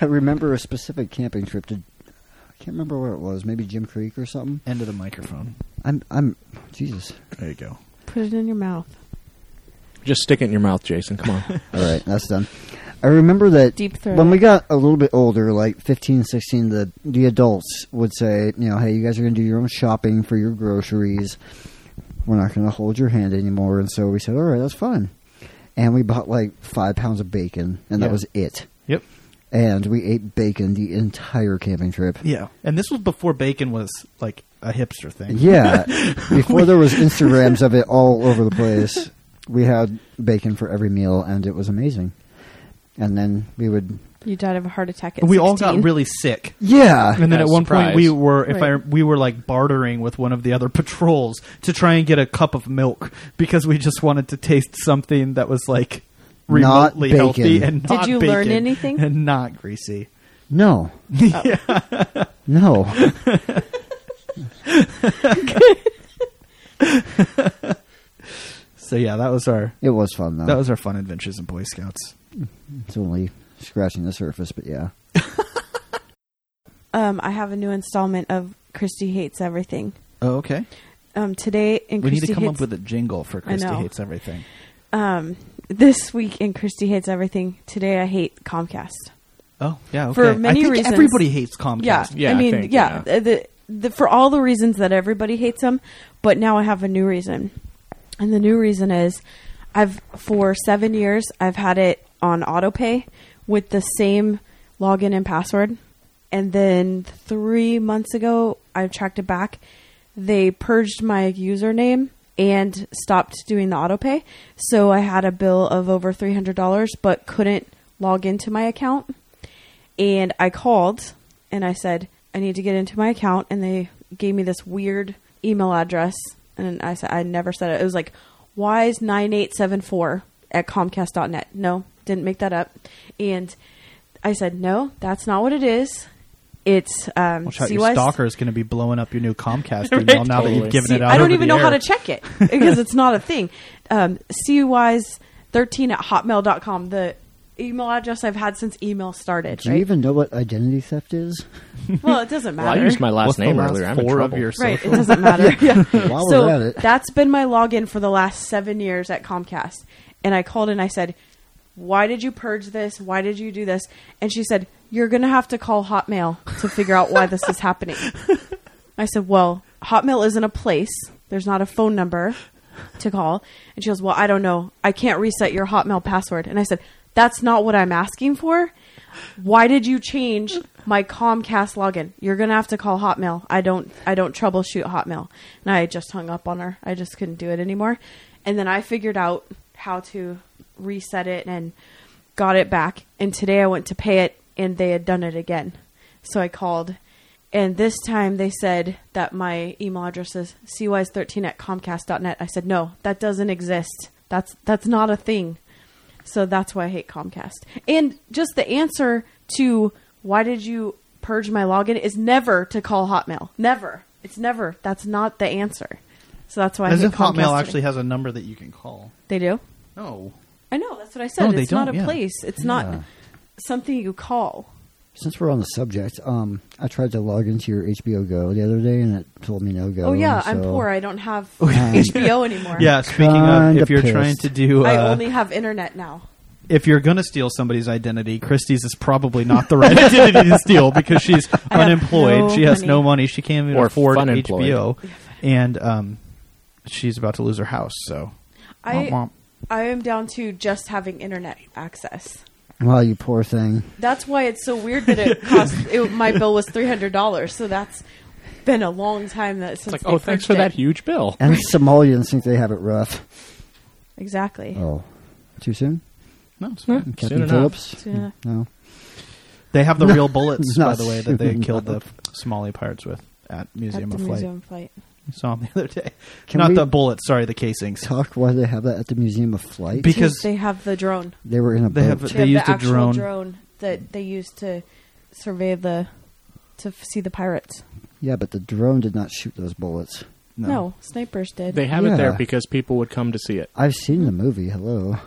Speaker 4: I remember a specific camping trip to. I can't remember where it was. Maybe Jim Creek or something.
Speaker 1: End of the microphone.
Speaker 4: I'm. I'm. Jesus.
Speaker 1: There you go.
Speaker 2: Put it in your mouth.
Speaker 3: Just stick it in your mouth, Jason. Come on.
Speaker 4: All right, that's done. I remember that
Speaker 2: Deep throat.
Speaker 4: when we got a little bit older, like 15, 16, the, the adults would say, you know, hey, you guys are going to do your own shopping for your groceries. We're not going to hold your hand anymore. And so we said, all right, that's fine. And we bought like five pounds of bacon, and
Speaker 1: Yeah.
Speaker 4: that was it.
Speaker 1: Yep.
Speaker 4: And we ate bacon the entire camping trip.
Speaker 1: Yeah. And this was before bacon was like a hipster thing.
Speaker 4: Yeah. Before there was Instagrams of it all over the place, we had bacon for every meal, and it was amazing. And then we would,
Speaker 2: You died of a heart attack at
Speaker 1: We all got
Speaker 2: 16.
Speaker 1: really sick.
Speaker 4: yeah.
Speaker 1: And then at
Speaker 3: Yeah,
Speaker 1: one
Speaker 3: surprise.
Speaker 1: point we were if I
Speaker 2: Right.
Speaker 1: we were like bartering with one of the other patrols to try and get a cup of milk because we just wanted to taste something that was like
Speaker 4: Not
Speaker 1: remotely
Speaker 4: bacon.
Speaker 1: healthy and
Speaker 2: Did
Speaker 1: not
Speaker 2: you
Speaker 1: bacon
Speaker 2: learn anything?
Speaker 1: and not greasy.
Speaker 4: No. no.
Speaker 1: So yeah, that was our
Speaker 4: It was fun though.
Speaker 1: that was our fun adventures in Boy Scouts.
Speaker 4: it's only scratching the surface, but yeah.
Speaker 2: Um, I have a new installment of Christy hates everything.
Speaker 1: Oh, okay.
Speaker 2: Um, today in
Speaker 1: We
Speaker 2: Christy
Speaker 1: need to come
Speaker 2: hates,
Speaker 1: up with a jingle for
Speaker 2: I
Speaker 1: Christy
Speaker 2: know.
Speaker 1: hates everything.
Speaker 2: um, this week in Christy hates everything. Today I hate Comcast.
Speaker 1: Oh yeah, okay.
Speaker 2: For many
Speaker 1: I think
Speaker 2: reasons.
Speaker 1: everybody hates Comcast.
Speaker 2: Yeah,
Speaker 3: Yeah,
Speaker 2: I
Speaker 3: I
Speaker 2: mean,
Speaker 3: think,
Speaker 2: yeah,
Speaker 3: yeah.
Speaker 2: The, the, for all the reasons that everybody hates them, but now I have a new reason, and the new reason is I've for seven years I've had it on autopay with the same login and password, and then three months ago I tracked it back. They purged my username and stopped doing the autopay, so I had a bill of over three hundred dollars, but couldn't log into my account and I called and I said I need to get into my account, and they gave me this weird email address, and I said I never said it. It was like wise nine eight seven four at comcast.net. No, didn't make that up. And I said no, that's not what it is. It's um,
Speaker 1: Watch out, your
Speaker 2: CYC
Speaker 1: stalker is going to be blowing up your new Comcast email now that you've
Speaker 3: Totally.
Speaker 1: given it
Speaker 2: See,
Speaker 1: out.
Speaker 2: I don't
Speaker 1: over
Speaker 2: even
Speaker 1: the
Speaker 2: know how
Speaker 1: air.
Speaker 2: to check it because it's not a thing. Um, CUYs13 at hotmail.com, the email address I've had since email started.
Speaker 4: Do
Speaker 2: Right?
Speaker 4: you even know what identity theft is?
Speaker 2: well, it doesn't matter.
Speaker 3: Well, I used my last
Speaker 1: What's the
Speaker 3: name
Speaker 1: last
Speaker 3: earlier. I'm in
Speaker 1: four of
Speaker 3: trouble.
Speaker 1: your
Speaker 2: Right, it
Speaker 1: social?
Speaker 2: doesn't matter. yeah.
Speaker 4: While
Speaker 2: so
Speaker 4: we're at it,
Speaker 2: that's been my login for the last seven years at Comcast. And I called and I said, "Why did you purge this? Why did you do this?" And she said, "You're gonna have to call Hotmail to figure out why this is happening." I said, "Well, Hotmail isn't a place. There's not a phone number to call." And she goes, "Well, I don't know. I can't reset your Hotmail password." And I said, "That's not what I'm asking for. Why did you change my Comcast login? You're gonna have to call Hotmail. I don't. I don't troubleshoot Hotmail." And I just hung up on her. I just couldn't do it anymore. And then I figured out how to reset it and got it back. And today I went to pay it, and they had done it again. So I called and this time they said that my email address is cwise13 at comcast.net. I said, no, that doesn't exist. That's, that's not a thing. So that's why I hate Comcast. And just the answer to why did you purge my login is never to call Hotmail. Never. It's never. That's not the answer. So that's why I
Speaker 1: As
Speaker 2: hate
Speaker 1: if Hotmail
Speaker 2: Comcast.
Speaker 1: actually has a number that you can call.
Speaker 2: They do?
Speaker 1: No.
Speaker 2: I know. That's what I said.
Speaker 1: No, they
Speaker 2: it's not
Speaker 1: don't,
Speaker 2: a
Speaker 1: yeah.
Speaker 2: place. It's
Speaker 4: Yeah.
Speaker 2: not something you call.
Speaker 4: since we're on the subject, um, I tried to log into your HBO Go the other day, and it told me no go.
Speaker 2: Oh, yeah. I'm
Speaker 4: so-
Speaker 2: poor. I don't have HBO anymore.
Speaker 1: Yeah. Speaking of,
Speaker 4: Kinda
Speaker 1: if you're
Speaker 4: pissed.
Speaker 1: trying to do,
Speaker 2: I
Speaker 1: uh,
Speaker 2: only have internet now.
Speaker 1: if you're going to steal somebody's identity, Christie's is probably not the right identity to steal because she's
Speaker 2: I have
Speaker 1: unemployed.
Speaker 2: no
Speaker 1: she has
Speaker 2: money.
Speaker 1: no money. She can't even
Speaker 3: Or
Speaker 1: afford
Speaker 3: fun-employed.
Speaker 1: HBO, and um, she's about to lose her house. So,
Speaker 2: I
Speaker 1: Womp womp.
Speaker 2: I am down to just having internet access.
Speaker 4: Well, you poor thing.
Speaker 2: That's why it's so weird that it cost it, my bill was three hundred dollars. So that's been a long time that
Speaker 3: It's
Speaker 2: since
Speaker 3: like,
Speaker 2: they
Speaker 3: oh, thanks
Speaker 2: purged
Speaker 3: for
Speaker 2: it.
Speaker 3: that huge bill.
Speaker 4: And Somalians think they have it rough.
Speaker 2: Exactly.
Speaker 4: Oh, too soon.
Speaker 1: no, it's fine.
Speaker 4: Captain
Speaker 3: enough.
Speaker 4: Phillips.
Speaker 2: Soon enough.
Speaker 4: No.
Speaker 1: They have the real bullets,
Speaker 4: No.
Speaker 1: by the way, that they killed the Somali pirates with at
Speaker 2: At
Speaker 1: Museum
Speaker 2: the
Speaker 1: of Flight.
Speaker 2: museum flight.
Speaker 1: Saw them the other day.
Speaker 4: Can
Speaker 1: Not
Speaker 4: we-
Speaker 1: the bullets, sorry, the casings.
Speaker 4: Talk why they have that at the Museum of Flight.
Speaker 1: Because
Speaker 2: they have the drone.
Speaker 4: they were in a
Speaker 1: they
Speaker 4: boat.
Speaker 1: have
Speaker 2: They,
Speaker 1: They
Speaker 2: have
Speaker 1: used
Speaker 2: the
Speaker 1: a
Speaker 2: actual drone.
Speaker 1: drone.
Speaker 2: that they used to survey the to f- see the pirates.
Speaker 4: yeah, but the drone did not shoot those bullets.
Speaker 1: no.
Speaker 2: No, snipers did.
Speaker 3: They have it there
Speaker 4: Yeah.
Speaker 3: because people would come to see it.
Speaker 4: I've seen the movie. Hello.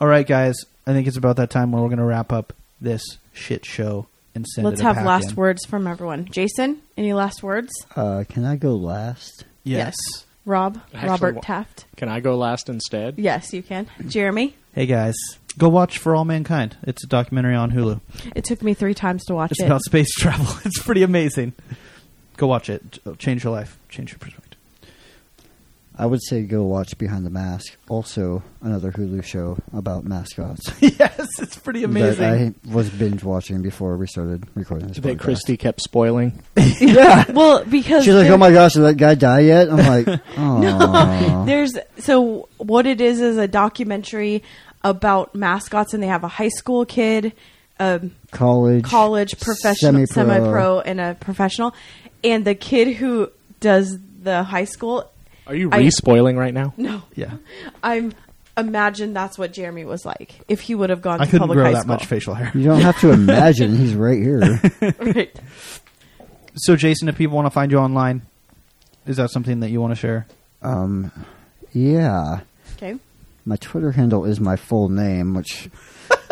Speaker 1: All right, guys. I think it's about that time where we're going to wrap up this shit show and send
Speaker 2: Let's
Speaker 1: it a
Speaker 2: have
Speaker 1: pack
Speaker 2: last
Speaker 1: in.
Speaker 2: words from everyone. Jason, any last words?
Speaker 4: Uh, can I go last?
Speaker 1: Yes.
Speaker 2: Rob,
Speaker 3: Actually,
Speaker 2: Robert
Speaker 3: wa-
Speaker 2: Taft.
Speaker 3: Can I go last instead?
Speaker 2: Yes, you can. Jeremy.
Speaker 1: Hey, guys. Go watch For All Mankind. It's a documentary on Hulu.
Speaker 2: It took me three times to watch
Speaker 1: It's
Speaker 2: it.
Speaker 1: about space travel. It's pretty amazing. Go watch it. It'll Change your life. Change your perspective.
Speaker 4: I would say go watch Behind the Mask. Also, another Hulu show about mascots
Speaker 1: yes, it's pretty amazing.
Speaker 4: that I was binge watching before we started recording this.
Speaker 3: That
Speaker 4: podcast.
Speaker 3: Christy kept spoiling.
Speaker 2: well, because
Speaker 4: She's like,
Speaker 2: there-
Speaker 4: "Oh my gosh, did that guy die yet?" I'm like, "Oh,
Speaker 2: there's so what it is is a documentary about mascots, and they have a high school kid, um,
Speaker 4: college,
Speaker 2: college professional,
Speaker 4: semi-pro.
Speaker 2: semi pro, and a professional, and the kid who does the high school.
Speaker 3: Are you
Speaker 2: I-
Speaker 3: re-spoiling right now?
Speaker 2: No,
Speaker 1: yeah.
Speaker 2: I'm imagine that's what Jeremy was like if he would have gone
Speaker 1: I
Speaker 2: to
Speaker 1: couldn't
Speaker 2: public
Speaker 1: grow
Speaker 2: high
Speaker 1: that
Speaker 2: school.
Speaker 1: much facial hair.
Speaker 4: You don't have to imagine he's right here.
Speaker 2: Right.
Speaker 1: So, Jason, if people want to find you online, is that something that you want to share?
Speaker 4: Um, yeah,
Speaker 2: Okay.
Speaker 4: my Twitter handle is my full name, which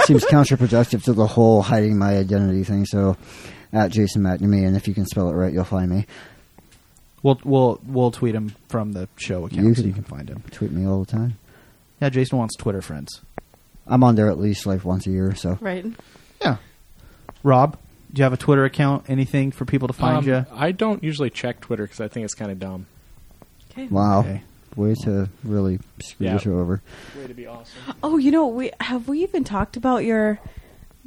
Speaker 4: seems counterproductive to the whole hiding my identity thing. So, at Jason McNamee, and if you can spell it right, you'll find me.
Speaker 1: We'll we'll we'll tweet him from the show account
Speaker 4: You
Speaker 1: so
Speaker 4: can-
Speaker 1: you can find him.
Speaker 4: Tweet me all the time.
Speaker 1: Yeah, Jason wants Twitter friends.
Speaker 4: I'm on there at least like once a year. So,
Speaker 2: Right.
Speaker 1: Yeah. Rob, do you have a Twitter account? Anything for people to find
Speaker 3: Um,
Speaker 1: you?
Speaker 3: I don't usually check Twitter because I think it's kind of dumb.
Speaker 4: Wow.
Speaker 1: Okay.
Speaker 4: Way to really screw
Speaker 3: Yeah.
Speaker 4: the show over.
Speaker 3: Way to be awesome.
Speaker 2: Oh, you know, we have we even talked about your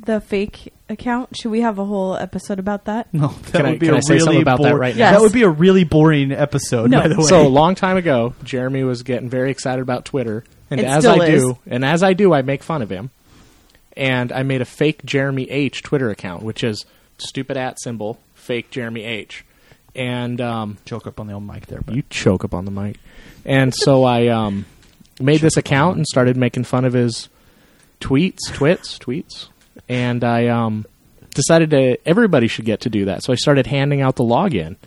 Speaker 2: the fake account? Should we have a whole episode about that?
Speaker 1: No, that
Speaker 3: Can I-
Speaker 1: would be
Speaker 3: can
Speaker 1: a
Speaker 3: I say
Speaker 1: really
Speaker 3: something about that
Speaker 1: bor-
Speaker 3: right
Speaker 2: now?
Speaker 1: That
Speaker 2: Yes.
Speaker 1: would be a really boring episode.
Speaker 2: No.
Speaker 1: By the way,
Speaker 3: So a long time ago, Jeremy was getting very excited about Twitter, and
Speaker 2: It
Speaker 3: as I
Speaker 2: still is.
Speaker 3: do, and as I do, I make fun of him, and I made a fake Jeremy H Twitter account, which is stupid at symbol fake Jeremy H, and um,
Speaker 1: choke up on the old mic there, but
Speaker 3: you choke up on the mic, and so I um, made this account and started making fun of his tweets, twits, tweets, and I um, decided to everybody should get to do that. So I started handing out the login,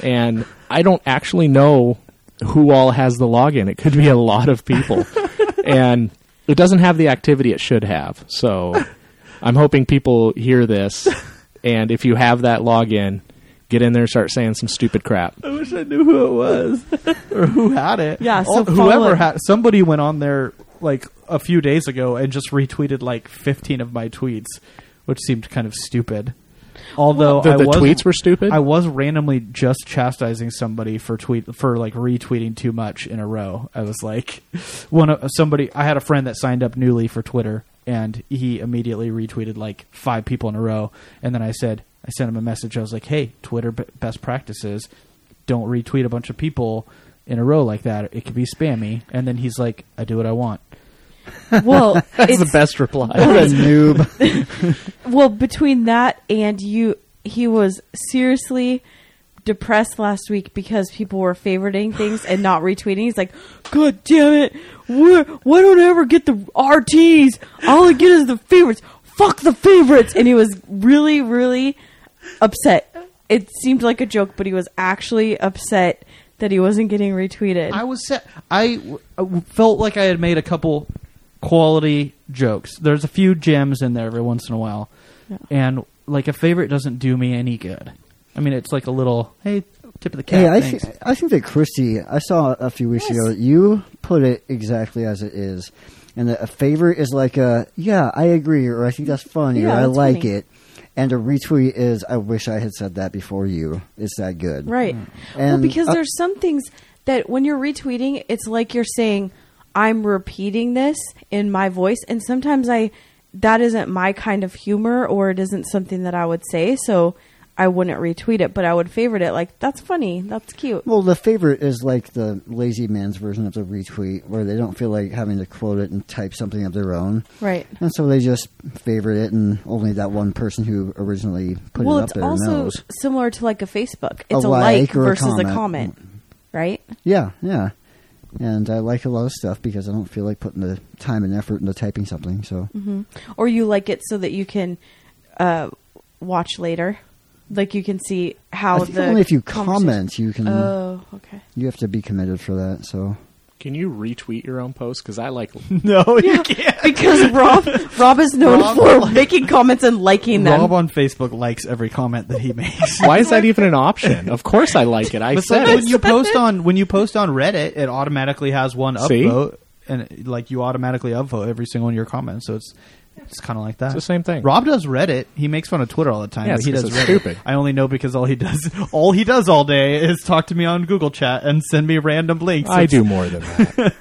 Speaker 3: and I don't actually know who all has the login. It could be a lot of people, and it doesn't have the activity it should have. So I'm hoping people hear this, and if you have that login. Get in there, and start saying some stupid crap.
Speaker 1: I wish I knew who it was or who had it.
Speaker 2: Yeah, so
Speaker 1: All-
Speaker 2: follow
Speaker 1: whoever
Speaker 2: it.
Speaker 1: had somebody went on there like a few days ago and just retweeted like 15 of my tweets, which seemed kind of stupid. Although
Speaker 3: The-
Speaker 1: I
Speaker 3: the
Speaker 1: was,
Speaker 3: tweets were stupid?
Speaker 1: I was randomly just chastising somebody for tweet for like retweeting too much in a row. I was like, one of somebody. I had a friend that signed up newly for Twitter, and he immediately retweeted like five people in a row. And then I said, I sent him a message. I was like, Hey, Twitter b- best practices: don't retweet a bunch of people in a row like that. It could be spammy. And then he's like, I do what I want.
Speaker 2: Well, it's,
Speaker 3: best reply.
Speaker 4: What a noob.
Speaker 2: well between that and you, he was seriously depressed last week because people were favoriting things and not retweeting. He's like, "God damn it! Why, why don't I ever get the RTs? All I get is the favorites. Fuck the favorites!" And he was really, really upset. It seemed like a joke, but he was actually upset that he wasn't getting retweeted.
Speaker 1: I was set. I, w- I w- felt like I had made a couple quality jokes. There's a few gems in there every once in a while, and like a favorite doesn't do me any good. I mean, it's like a little hey tip of the cap.
Speaker 4: Hey, I,
Speaker 1: thanks.
Speaker 4: thi- I think that Christy, I saw a few weeks ago, that you put it exactly as it is. And that a favorite is like a, yeah, I agree, or I think that's funny, or
Speaker 2: Yeah,
Speaker 4: I
Speaker 2: that's
Speaker 4: like
Speaker 2: funny.
Speaker 4: it. And a retweet is, I wish I had said that before you. It's that good.
Speaker 2: Right. well,
Speaker 4: And,
Speaker 2: because
Speaker 4: uh,
Speaker 2: there's some things that when you're retweeting, it's like you're saying, I'm repeating this in my voice. And sometimes I, that isn't my kind of humor or it isn't something that I would say. So I wouldn't retweet it, but I would favorite it. Like, that's funny. That's cute.
Speaker 4: Well, the favorite is like the lazy man's version of the retweet, where they don't feel like having to quote it and type something of their own.
Speaker 2: right.
Speaker 4: And so they just favorite it, and only that one person who originally put
Speaker 2: Well,
Speaker 4: it up
Speaker 2: it's
Speaker 4: there
Speaker 2: also
Speaker 4: knows.
Speaker 2: similar to like a Facebook. It's a, like,
Speaker 4: like or a
Speaker 2: versus a
Speaker 4: comment.
Speaker 2: comment. Right?
Speaker 4: Yeah, yeah. And I like a lot of stuff because I don't feel like putting the time and effort into typing something. So
Speaker 2: Mm-hmm. or you like it so that you can uh, watch later, like you can see how
Speaker 4: I think
Speaker 2: the
Speaker 4: only if you
Speaker 2: conversation-
Speaker 4: comment, you can
Speaker 2: Oh, okay.
Speaker 4: you have to be committed for that. So
Speaker 3: Can you retweet your own post? Because I like
Speaker 1: no, you can't.
Speaker 2: Because Rob, Rob is known for making comments and liking them.
Speaker 1: Rob on Facebook likes every comment that he makes.
Speaker 3: Why is that even an option? Of course I like it. I
Speaker 1: But like
Speaker 3: said
Speaker 1: when
Speaker 3: it.
Speaker 1: you post on when you post on Reddit, it automatically has one
Speaker 3: See?
Speaker 1: upvote, and like you automatically upvote every single one of your comments. So it's it's kind of like that.
Speaker 3: It's the same thing.
Speaker 1: Rob does Reddit. He makes fun of Twitter all the time.
Speaker 3: Yeah,
Speaker 1: but
Speaker 3: it's
Speaker 1: he
Speaker 3: 'cause
Speaker 1: does
Speaker 3: it's
Speaker 1: Reddit.
Speaker 3: stupid.
Speaker 1: I only know because all he does all he does all day is talk to me on Google Chat and send me random links.
Speaker 3: I
Speaker 1: It's-
Speaker 3: do more than that.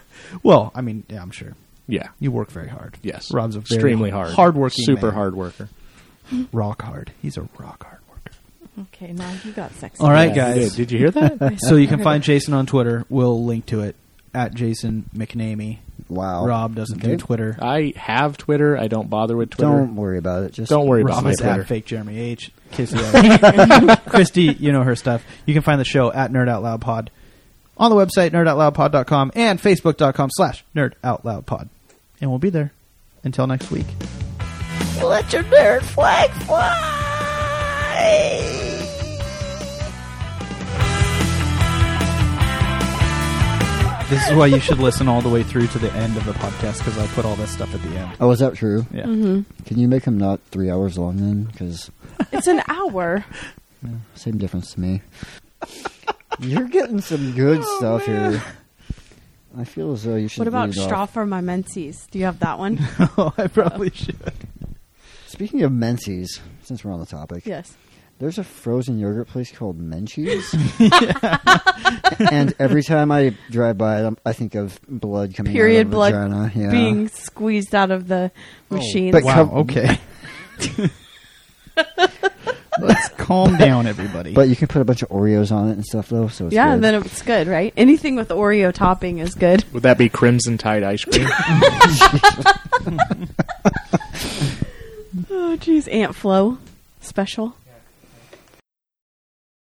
Speaker 1: Well, I mean, yeah, I'm sure.
Speaker 3: Yeah.
Speaker 1: You work very hard.
Speaker 3: Yes.
Speaker 1: Rob's a very
Speaker 3: extremely hard,
Speaker 1: hardworking,
Speaker 3: super
Speaker 1: man.
Speaker 3: hard worker.
Speaker 1: rock hard. He's a rock hard worker.
Speaker 2: okay, now you got sexy.
Speaker 1: All right,
Speaker 3: Yeah, you
Speaker 1: guys.
Speaker 3: did. Did you hear that?
Speaker 1: so you can find Jason on Twitter. We'll link to it at Jason McNamee.
Speaker 4: wow,
Speaker 1: Rob doesn't do
Speaker 4: Okay.
Speaker 1: Twitter.
Speaker 3: I have Twitter. I don't bother with Twitter.
Speaker 4: Don't worry about it. Just
Speaker 3: Don't worry about
Speaker 1: Rob
Speaker 3: my
Speaker 1: is
Speaker 3: Twitter.
Speaker 1: at fake Jeremy H. Casey at- Christy, you know her stuff. You can find the show at Nerd Out Loud Pod on the website nerdoutloudpod.com and facebook.com slash nerdoutloudpod. And we'll be there until next week.
Speaker 5: Let your nerd flag fly!
Speaker 1: This is why you should listen all the way through to the end of the podcast because I put all this stuff at the end.
Speaker 4: Oh, is that true?
Speaker 1: Yeah.
Speaker 2: Mm-hmm.
Speaker 4: Can you make them not three hours long then? Because
Speaker 2: It's an hour.
Speaker 4: same difference to me. You're getting some good stuff here. I feel as though you should.
Speaker 2: What Oh, about
Speaker 4: lead off.
Speaker 2: straw for my menses? Do you have that one?
Speaker 1: oh, I probably should.
Speaker 4: Speaking of Menses, since we're on the topic,
Speaker 2: Yes.
Speaker 4: there's a frozen yogurt place called Menchie's. and every time I drive by it, I'm- I think of blood coming
Speaker 2: Period
Speaker 4: out of
Speaker 2: blood
Speaker 4: the vagina. Yeah. Oh,
Speaker 2: being squeezed out of the machine.
Speaker 4: but-
Speaker 1: Wow.
Speaker 4: Come-
Speaker 1: Okay. Let's calm down, everybody.
Speaker 4: But you can put a bunch of Oreos on it and stuff, though. So it's
Speaker 2: yeah,
Speaker 4: good.
Speaker 2: and then it's good, right? Anything with Oreo topping is good.
Speaker 3: Would that be crimson tide ice cream?
Speaker 2: Oh, jeez, Aunt Flo special.